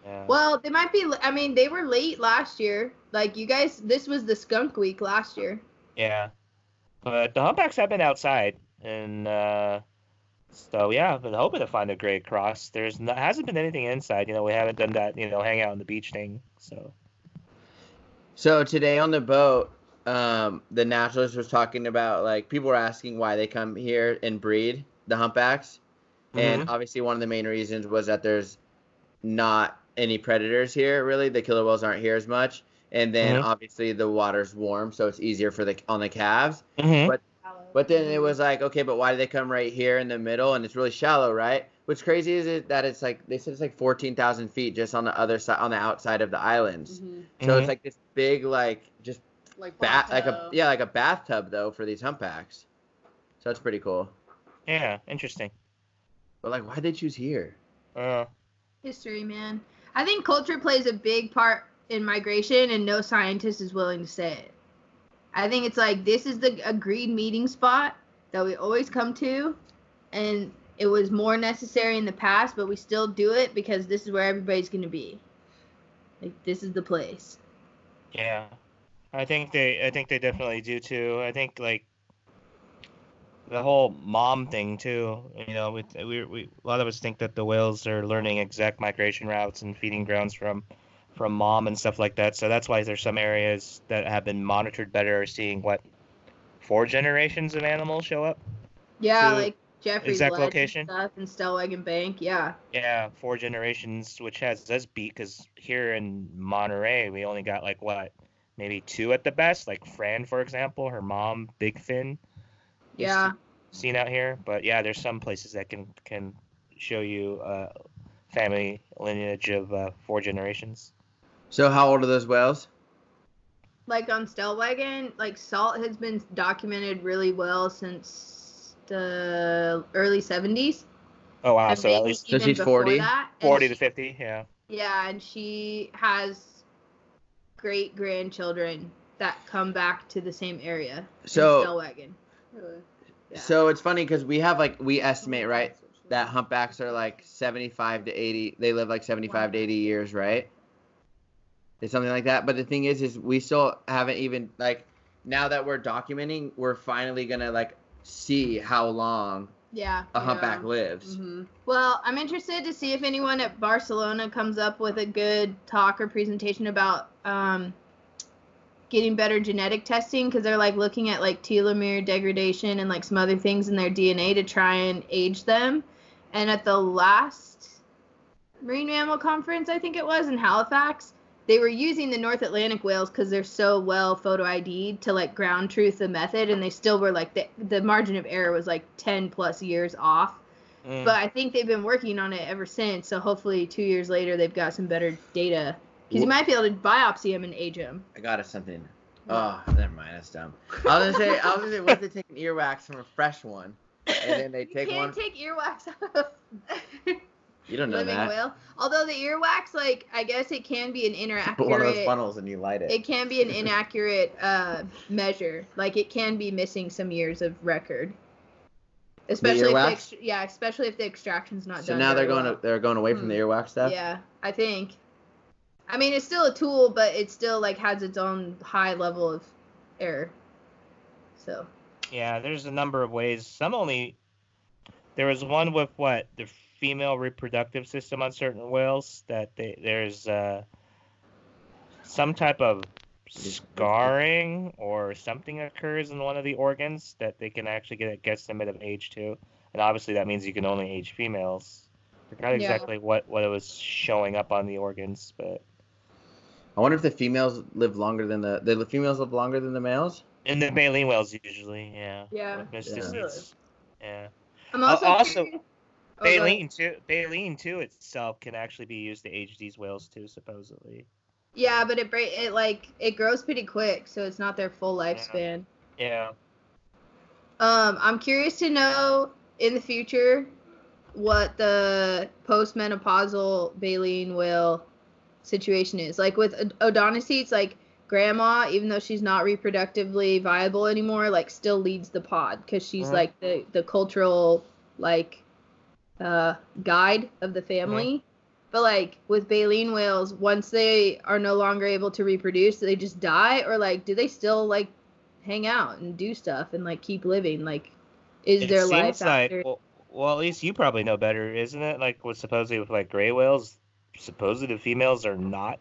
B: Yeah.
C: Well, they might be. I mean, they were late last year. Like you guys, this was the skunk week last year.
B: Yeah, but the humpbacks have been outside, and uh, so yeah, I've been hoping to find a gray cross. There's not, hasn't been anything inside. You know, we haven't done that. You know, hang out on the beach thing. So
A: So today on the boat, um, the naturalist was talking about like people were asking why they come here and breed the humpbacks, and obviously one of the main reasons was that there's not any predators here really. The killer whales aren't here as much, and then
B: Mhm.
A: obviously the water's warm, so it's easier for the on the calves.
B: Mhm.
A: But then it was like, okay, but why do they come right here in the middle? And it's really shallow, right? What's crazy is it that it's like they said it's like fourteen thousand feet just on the other side, on the outside of the islands.
D: Mhm.
A: So it's like this big, like just
D: Like
A: bat, like a
D: plateau.
A: yeah, like a bathtub though for these humpbacks. So that's pretty cool.
B: Yeah, interesting.
A: But like, why would they choose here?
B: Uh,
C: history, man. I think culture plays a big part in migration, and no scientist is willing to say it. I think it's like this is the agreed meeting spot that we always come to, and it was more necessary in the past, but we still do it because this is where everybody's gonna be. Like this is the place.
B: yeah, I think they, I think they definitely do too. I think like the whole mom thing too. You know, with we, we a lot of us think that the whales are learning exact migration routes and feeding grounds from from mom and stuff like that. So that's why there's some areas that have been monitored better, are seeing what four generations of animals show up.
C: Yeah,
B: To
C: like Jeffrey's
B: exact
C: Ledge and
B: location?
C: stuff and Stellweg and Bank. Yeah.
B: Yeah, four generations, which has us beat because here in Monterey, we only got like what, maybe two at the best. Like Fran, for example, her mom, Big Fin, Yes.
C: Yeah.
B: seen out here. But yeah, there's some places that can can show you uh, family lineage of uh, four generations.
A: So how old are those whales?
C: like on Stellwagen, like salt has been documented really well since the early 70s.
B: Oh wow,
C: and
B: so at
C: maybe
B: least
A: So
C: even
A: she's
C: before
A: 40?
C: that. And
B: forty
C: she-
B: to fifty. Yeah.
C: yeah, and she has great grandchildren that come back to the same area. in
A: So-
C: Stellwagen.
D: Really?
C: Yeah.
A: So it's funny because we have like we estimate right that humpbacks are like seventy-five to eighty. They live like seventy-five to eighty years, right? It's something like that. But the thing is, is we still haven't even like now that we're documenting, we're finally gonna like see how long
C: yeah. Mm-hmm.
A: a
D: Yeah.
A: humpback lives.
D: Mhm.
C: Well, I'm interested to see if anyone at Barcelona comes up with a good talk or presentation about um, getting better genetic testing because they're like looking at like telomere degradation and like some other things in their DNA to try and age them. And at the last Marine Mammal Conference, I think it was in Halifax, they were using the North Atlantic whales because they're so well photo ID'd to like ground truth the method, and they still were like the the margin of error was like 10 plus years off
B: Mm.
C: but I think they've been working on it ever since. So hopefully, two years later, they've got some better data because you
A: Wh-
C: might be able to biopsy them and age them.
A: I got us something. Oh, never mind. That's dumb. I was gonna say, I was gonna say, what if they take an earwax from a fresh one, and then they
C: You
A: take one?
C: can't take earwax [LAUGHS] out of
A: you don't know
C: living
A: that.
C: whale. Although the earwax, like I guess it can be an
A: [LAUGHS] Put [LAUGHS] one of those
C: inaccurate.
A: funnels and you light it.
C: It can be an inaccurate uh, measure. Like it can be missing some years of record. Especially if the
A: earwax?
C: ex- yeah, especially if the extraction's not
A: so
C: done.
A: now they're
C: very
A: going,
C: well.
A: they're going away from the earwax stuff.
C: Yeah, I think. I mean, it's still a tool, but it still like has its own high level of error. So
B: Yeah, there's a number of ways. Some only. There was one with what the female reproductive system on certain whales that they, there's uh, some type of scarring or something occurs in one of the organs that they can actually get a guesstimate of age to. And obviously, that means you can only age females. I forgot
C: Yeah.
B: exactly what, what it was showing up on the organs, but
A: I wonder if the females live longer than the the females live longer than the males.
B: in the baleen whales, usually, yeah.
D: Yeah.
B: With mysticians. yeah.
C: I'm
B: Uh,
C: also,
B: also-
C: curious- oh, go ahead.
B: Baleen too. Baleen too itself can actually be used to age these whales too, supposedly.
C: Yeah, but it bra- it like it grows pretty quick, so it's not their full lifespan.
B: Yeah.
C: Um, I'm curious to know in the future what the postmenopausal baleen whale situation is. Like with Od- Odontocetes, like grandma, even though she's not reproductively viable anymore, like still leads the pod because she's
B: Mhm.
C: like the the cultural like uh guide of the family.
B: Mm-hmm.
C: But like with baleen whales, once they are no longer able to reproduce, do they just die or like do they still like hang out and do stuff and like keep living? Like is
B: It
C: their
B: seems
C: life
B: like
C: after
B: well, well, at least you probably know better, isn't it? Like with supposedly with like gray whales, supposedly the females are not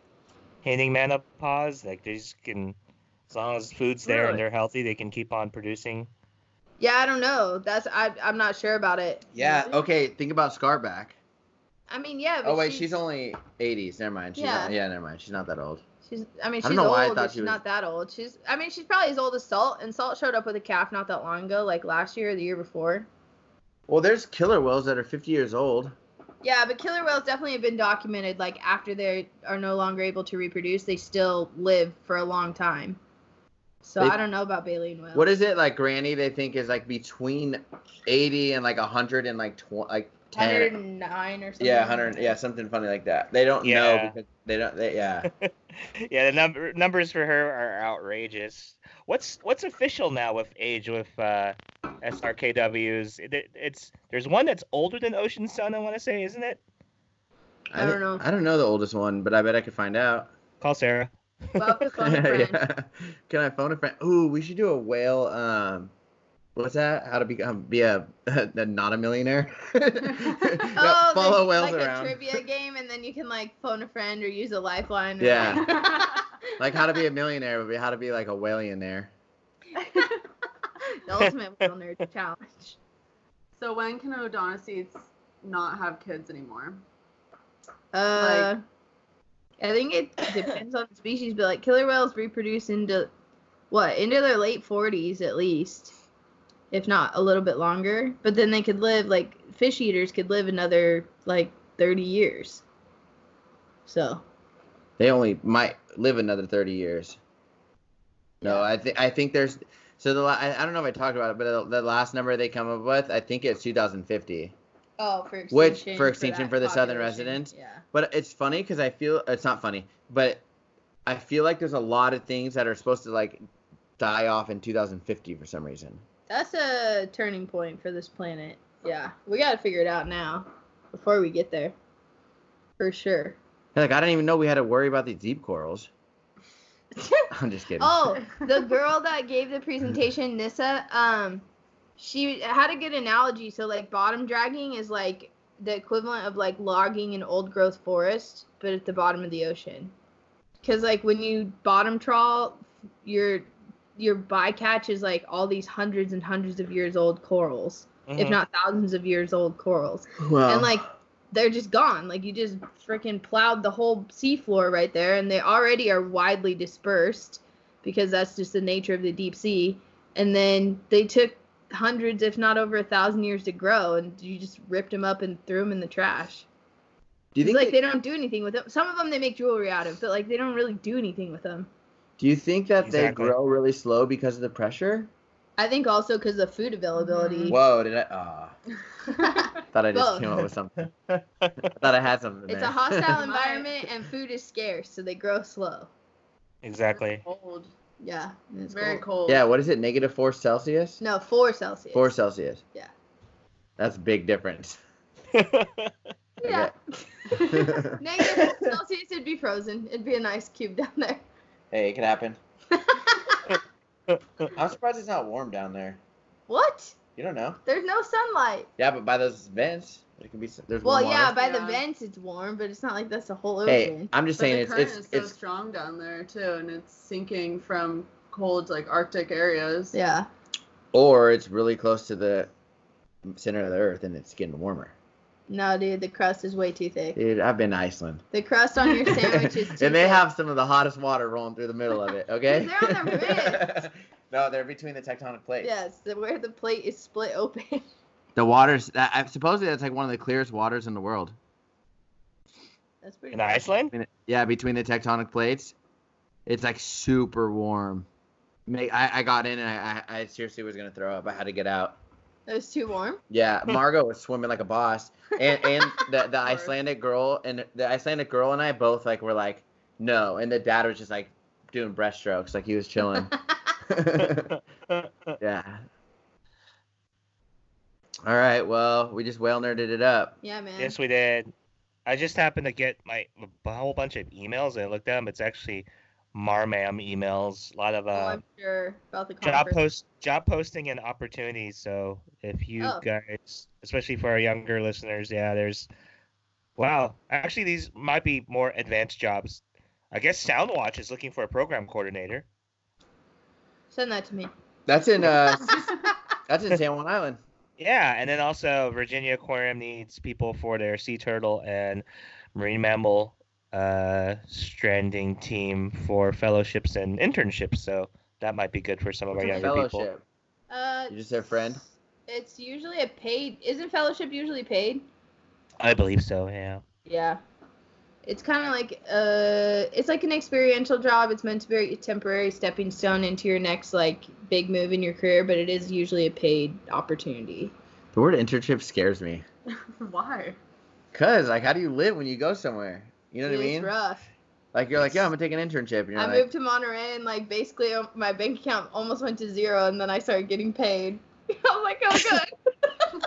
B: hitting menopause. Like they just can, as long as food's there
A: Really?
B: and they're healthy, they can keep on producing.
C: Yeah, I don't know. That's I I'm not sure about it.
A: Yeah.
D: Really?
A: Okay. Think about Scarback.
C: I mean, yeah, but
A: Oh wait,
C: she-
A: she's only 80s. Never mind. She's
C: Yeah.
A: Not, yeah. Never mind. She's not that old.
C: She's, I mean,
A: I
C: she's
A: don't know
C: old,
A: why I thought
C: but she's
A: she was-
C: not that old. She's, I mean, she's probably as old as Salt, and Salt showed up with a calf not that long ago, like last year or the year before.
A: Well, there's killer whales that are 50 years old.
C: Yeah, but killer whales definitely have been documented. Like after they are no longer able to reproduce, they still live for a long time. So
A: They-
C: I don't know about baleen whales.
A: What is it like, Granny? They think is like between 80 and like 100 and like 20, like 10.
C: 109 or something?
A: Yeah, 100. Yeah, something funny like that. They don't know
B: Yeah.
A: because they don't. They, yeah.
B: Yeah, the number numbers for her are outrageous. What's what's official now with age with uh, SRKWs? It, it- it's there's one that's older than Ocean Sun, I want to say, isn't it?
C: [LAUGHS] I don't know.
A: I don't know the oldest one, but I bet I could find out.
B: Call Sarah.
C: Well, if it's on a friend.
A: [LAUGHS] Yeah. Can I phone a friend? Ooh, we should do a whale. Um, what's that? How to become be a, [LAUGHS] not a
C: [LAUGHS]
A: millionaire?
C: Oh,
A: Yeah,
C: there's,
A: follow whales
C: like
A: around. [LAUGHS]
C: a trivia game, and then you can like phone a friend or use a lifeline. or-
A: Yeah. Like how to be [LAUGHS] a millionaire would be how to be like a whalionaire.
C: [LAUGHS] the ultimate whale nerd challenge.
D: So when can Odontocetes not have kids anymore?
C: Uh, I think it depends on the species, but like killer whales reproduce into what into their late forties at least, if not a little bit longer. But then they could live like fish eaters could live another like thirty years. So
A: They only might live another 30 years. No,
C: Yeah.
A: I think I think there's so the la- I, I don't know if I talked about it, but the, the last number they come up with, I think it's 2050.
C: oh, for extinction,
A: Which, for extinction
C: that
A: for the southern
C: population,
A: residents?
C: Yeah.
A: But it's funny because I feel it's not funny, but I feel like there's a lot of things that are supposed to like die off in 2050 for some reason.
C: That's a turning point for this planet. Yeah, we got to figure it out now before we get there, for sure.
A: Like I didn't even know we had to worry about these deep
C: [LAUGHS]
A: corals. I'm just [LAUGHS] kidding.
C: Oh, the girl that gave the presentation, Nissa, um, she had a good analogy. So like bottom dragging is like the equivalent of like logging an old growth forest, but at the bottom of the ocean. Cause like when you bottom trawl, your your bycatch is like all these hundreds and hundreds of years old corals, if
B: Mhm.
C: not thousands of years old corals
A: Wow.
C: and like they're just gone. Like you just freaking plowed the whole seafloor right there, and they already are widely dispersed because that's just the nature of the deep sea. And then they took hundreds, if not over a thousand years to grow, and you just ripped them up and threw them in the trash.
A: do you
C: It's
A: think
C: like
A: that-
C: they don't do anything with them. Some of them they make jewelry out of, but like they don't really do anything with them.
A: do you think that
B: Exactly.
A: they grow really slow because of the pressure?
C: I think also because of food availability.
A: Whoa, did I? Ah, thought I just
C: Mm-hmm. Both.
A: came up with [LAUGHS] something. I thought I had something.
C: [LAUGHS] it's
A: there.
C: a hostile
D: Right.
C: environment, and food is scarce, so they grow slow. [LAUGHS]
B: Exactly.
D: Cold.
C: Yeah, and
D: It's very
A: [LAUGHS]
D: cold.
A: yeah, what is it? Negative four Celsius?
C: No, four Celsius.
A: Four Celsius.
C: Yeah.
A: That's a big
C: [LAUGHS]
A: difference. [LAUGHS]
C: Yeah.
A: hey,
C: Negative
A: [LAUGHS]
C: four Celsius, it'd be frozen. It'd be a nice cube down there.
A: it can happen. [LAUGHS] I'm surprised it's not warm down there.
C: What?
A: You don't know.
C: There's no sunlight.
A: Yeah, but by those vents. It can be. There's
C: Well,
A: warm
C: yeah,
A: water.
C: by the
D: Yeah.
C: vents it's warm, but it's not like that's the whole
A: Hey,
C: ocean.
A: I'm just
D: But
A: saying
D: the
A: it's
D: current
A: it's
D: is so
A: it's
D: strong down there too, and it's sinking from cold like Arctic areas.
C: Yeah.
A: or it's really close to the center of the Earth and it's getting warmer.
C: No, dude, the crust is way too thick.
A: Dude, I've been to Iceland.
C: The
A: [LAUGHS]
C: crust on your sandwich is too
A: and they
C: thick.
A: have some of the hottest water rolling through the middle of it. Okay.
C: They're on the ridge.
A: [LAUGHS] no, they're between the tectonic plates.
C: Yes, the- where the plate is split open. [LAUGHS]
A: The waters. That, I- supposedly that's like one of the clearest waters in the world.
C: that's pretty.
B: In
C: cool.
B: Iceland?
A: Between- Yeah, between the tectonic plates, it's like super warm. Ma- I, I got in and I, I, I seriously was gonna throw up. I had to get out.
C: That was too warm.
D: [LAUGHS]
A: Yeah, Margot was swimming like a boss, and and the, the
D: Of course.
A: Icelandic girl and the Icelandic girl and I both like were like no, and the dad was just like doing breaststrokes, like he was
D: [LAUGHS]
A: chilling. [LAUGHS] yeah. All right. Well, we just whale nerded it up.
C: Yeah, man.
B: Yes, we did. I just happened to get my a whole bunch of emails and I looked at them. It's actually Marmam emails. A lot of
C: oh,
B: uh,
C: I'm sure about the
B: job
C: conference.
B: post job posting and opportunities. So if you
C: Oh.
B: guys, especially for our younger listeners, yeah, there's wow. Actually, these might be more advanced jobs. I guess Soundwatch is looking for a program coordinator.
C: Send that to me.
A: That's in
D: [LAUGHS]
A: uh, that's in San Juan Island.
B: Yeah, and then also Virginia Aquarium needs people for their sea turtle and marine mammal uh, stranding team for fellowships and internships. So that might be good for some of our
A: It's a
B: younger people.
A: Fellowship.
C: Uh,
A: You just said friend?
C: It's usually a paid. Isn't fellowship usually paid?
B: I believe so. Yeah.
C: Yeah. It's kind of like uh, it's like an experiential job. It's meant to be a temporary stepping stone into your next like big move in your career, but it is usually a paid opportunity.
A: The word internship scares me.
D: [LAUGHS] Why?
A: Cause like, how do you live when you go somewhere? You know what I
C: Dude,
A: mean?
C: It's rough.
A: Like you're like, yeah, I'm gonna take an internship. And you're
C: I
A: like,
C: moved to Monterey and like basically um, my bank account almost went to zero, and then I started getting paid. [LAUGHS] I was like, oh
A: [LAUGHS]
C: good.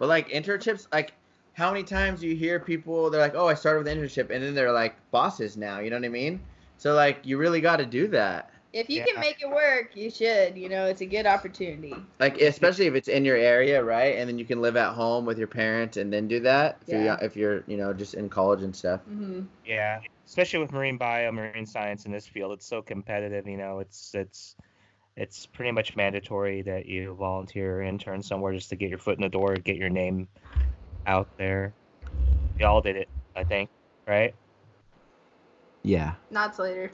A: But like internships, like how many times do you hear people they're like, "Oh, I started with an internship," and then they're like bosses now. You know what I mean? So like you really got to do that.
C: if you
B: Yeah.
C: can make it work, you should. You know, it's a good opportunity.
A: Like especially if it's in your area, right? And then you can live at home with your parents and then do that. If,
C: Yeah.
A: you're, if you're you know just in college and stuff.
D: hmm
B: Yeah. Especially with marine bio, marine science in this field, it's so competitive. You know, it's it's it's pretty much mandatory that you volunteer or intern somewhere just to get your foot in the door, get your name out there. We all did it, I think, right?
A: Yeah,
C: Not [LAUGHS] Slater.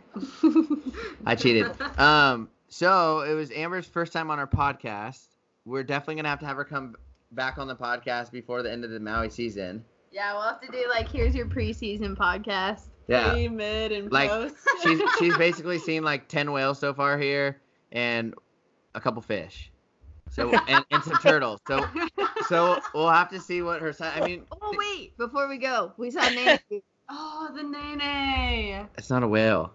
A: I cheated. um, so it was Amber's first time on our podcast. We're definitely gonna have to have her come back on the podcast before the end of the Maui season.
C: yeah, we'll have to do like here's your preseason podcast.
A: Yeah.
D: Pre, mid, and
A: Like,
D: post.
A: [LAUGHS] she's she's basically seen like ten whales so far here, and a couple fish. So and, and some turtles. So so we'll have to see what her size. I mean,
C: [LAUGHS] Oh wait, before we go, we
A: [LAUGHS]
C: saw Nancy.
D: oh, the nene.
A: it's not a whale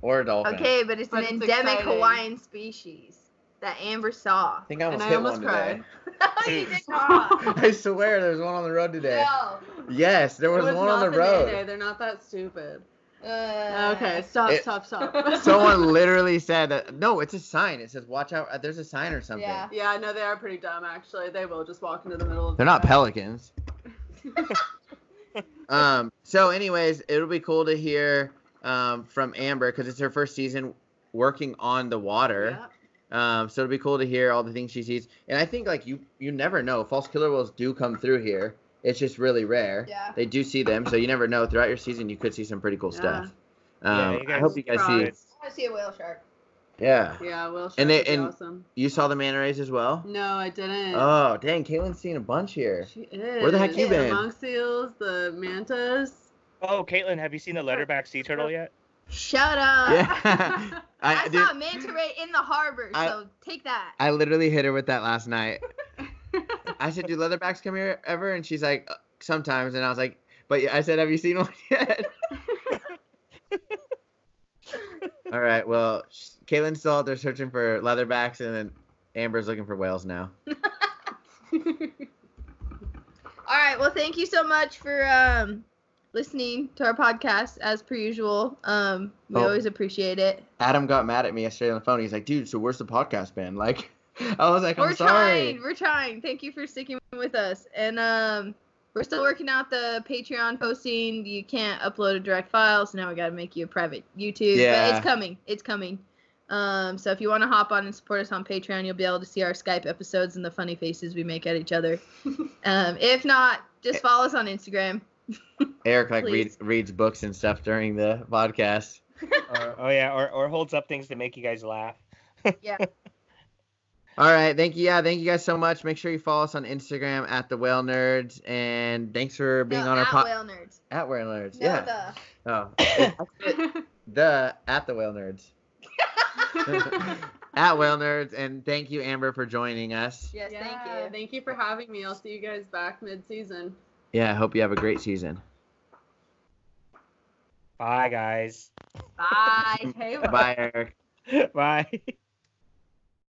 A: or a dolphin.
C: okay, but it's
D: But
C: an
D: it's
C: endemic
D: exciting.
C: Hawaiian species that Amber saw.
A: I
C: [LAUGHS]
A: think I almost
D: And I
A: hit
D: almost
A: one today. [LAUGHS]
C: you did not.
A: I swear, there was one on the road today.
C: No.
A: Yes, there was,
D: It was
A: one on
D: not
A: the road.
D: nene. They're not that stupid.
C: Uh,
D: Okay, stop,
A: It-
D: stop, stop.
A: [LAUGHS]
D: [LAUGHS]
A: Someone literally said that. No, it's a sign. It says, "Watch out!" uh, There's a sign or something.
C: Yeah.
D: Yeah, no, they are pretty dumb actually. They will just walk into the middle of.
A: They're
D: the
A: not
D: pack.
A: pelicans. um. So, anyways, it'll be cool to hear um, from Amber because it's her first season working on the water.
D: Yeah.
A: Um. So it'll be cool to hear all the things she sees. And I think like you, you never know. False killer whales do come through here. It's just really rare.
C: Yeah.
A: They do see them, so you never know. Throughout your season, you could see some pretty cool
D: Yeah.
A: stuff.
B: Yeah,
A: Um,
B: you
A: I
B: guys-
A: hope you guys see.
D: Frogs.
C: I want to see a whale shark.
A: Yeah.
D: Yeah, Will.
A: And
D: And
A: they-
D: they
A: and-
D: awesome.
A: You saw the manta rays as well.
D: No, I didn't.
A: Oh, dang! Caitlin's seen a bunch here.
D: She is.
A: Where the heck
C: you
A: been?
D: The monk seals,
A: [LAUGHS]
D: the [LAUGHS] mantas.
B: Oh, Caitlin, have you seen the letterback sea turtle yet?
C: Shut up.
A: Yeah.
C: I,
A: did.
C: saw a manta ray in the harbor,
A: I-
C: so take that.
A: I literally hit her with that last
C: [LAUGHS]
A: night. I said, "Do leatherbacks come here ever?" And she's like, "Uh, "Sometimes." And I was like, "But I said, have you seen one [LAUGHS]
C: [LAUGHS]
A: yet?" All right. Well, sh- Caitlin's still out there searching for leatherbacks, and then Amber's looking for whales now.
C: All right. Well, thank you so much for um, listening to our podcast as per usual. Um, we
A: Oh.
C: always appreciate it.
A: Adam got mad at me yesterday on the phone. He's like, "Dude, so where's the podcast been?" [LAUGHS] Like, I was like, I'm
C: we're
A: sorry.
C: trying. We're trying. Thank you for sticking with us. And um, we're still working out the Patreon posting. You can't upload a direct file, so now we got to make you a private YouTube. But
A: Yeah.
C: it's coming. It's coming. Um, so if you want to hop on and support us on Patreon, you'll be able to see our Skype episodes and the funny faces we make at
A: [LAUGHS]
C: each other. um, if
A: Eh.
C: not, just follow us on Instagram.
A: Eric like
C: Please.
A: reads reads books and stuff during the podcast.
B: or, oh yeah, or, or holds up things to make you guys laugh.
A: All right, thank you. Yeah, thank you guys so much. Make sure you follow us on Instagram at the Whale Nerds, and thanks for being
C: No,
A: on our
C: at
A: po-
C: Whale Nerds.
A: at Whale Nerds.
C: No,
A: yeah.
C: the-
A: Oh, the at the Whale
C: [LAUGHS]
A: Nerds. [LAUGHS] At Whale Nerds, and thank you Amber for joining us.
C: Yes,
D: Yeah,
C: thank you.
D: Thank you for having me. I'll see you guys back mid-season.
A: Yeah, I hope you have a great season.
B: Bye guys.
C: Bye.
D: Hey,
C: [LAUGHS]
A: Bye, Eric.
B: [LAUGHS] Bye.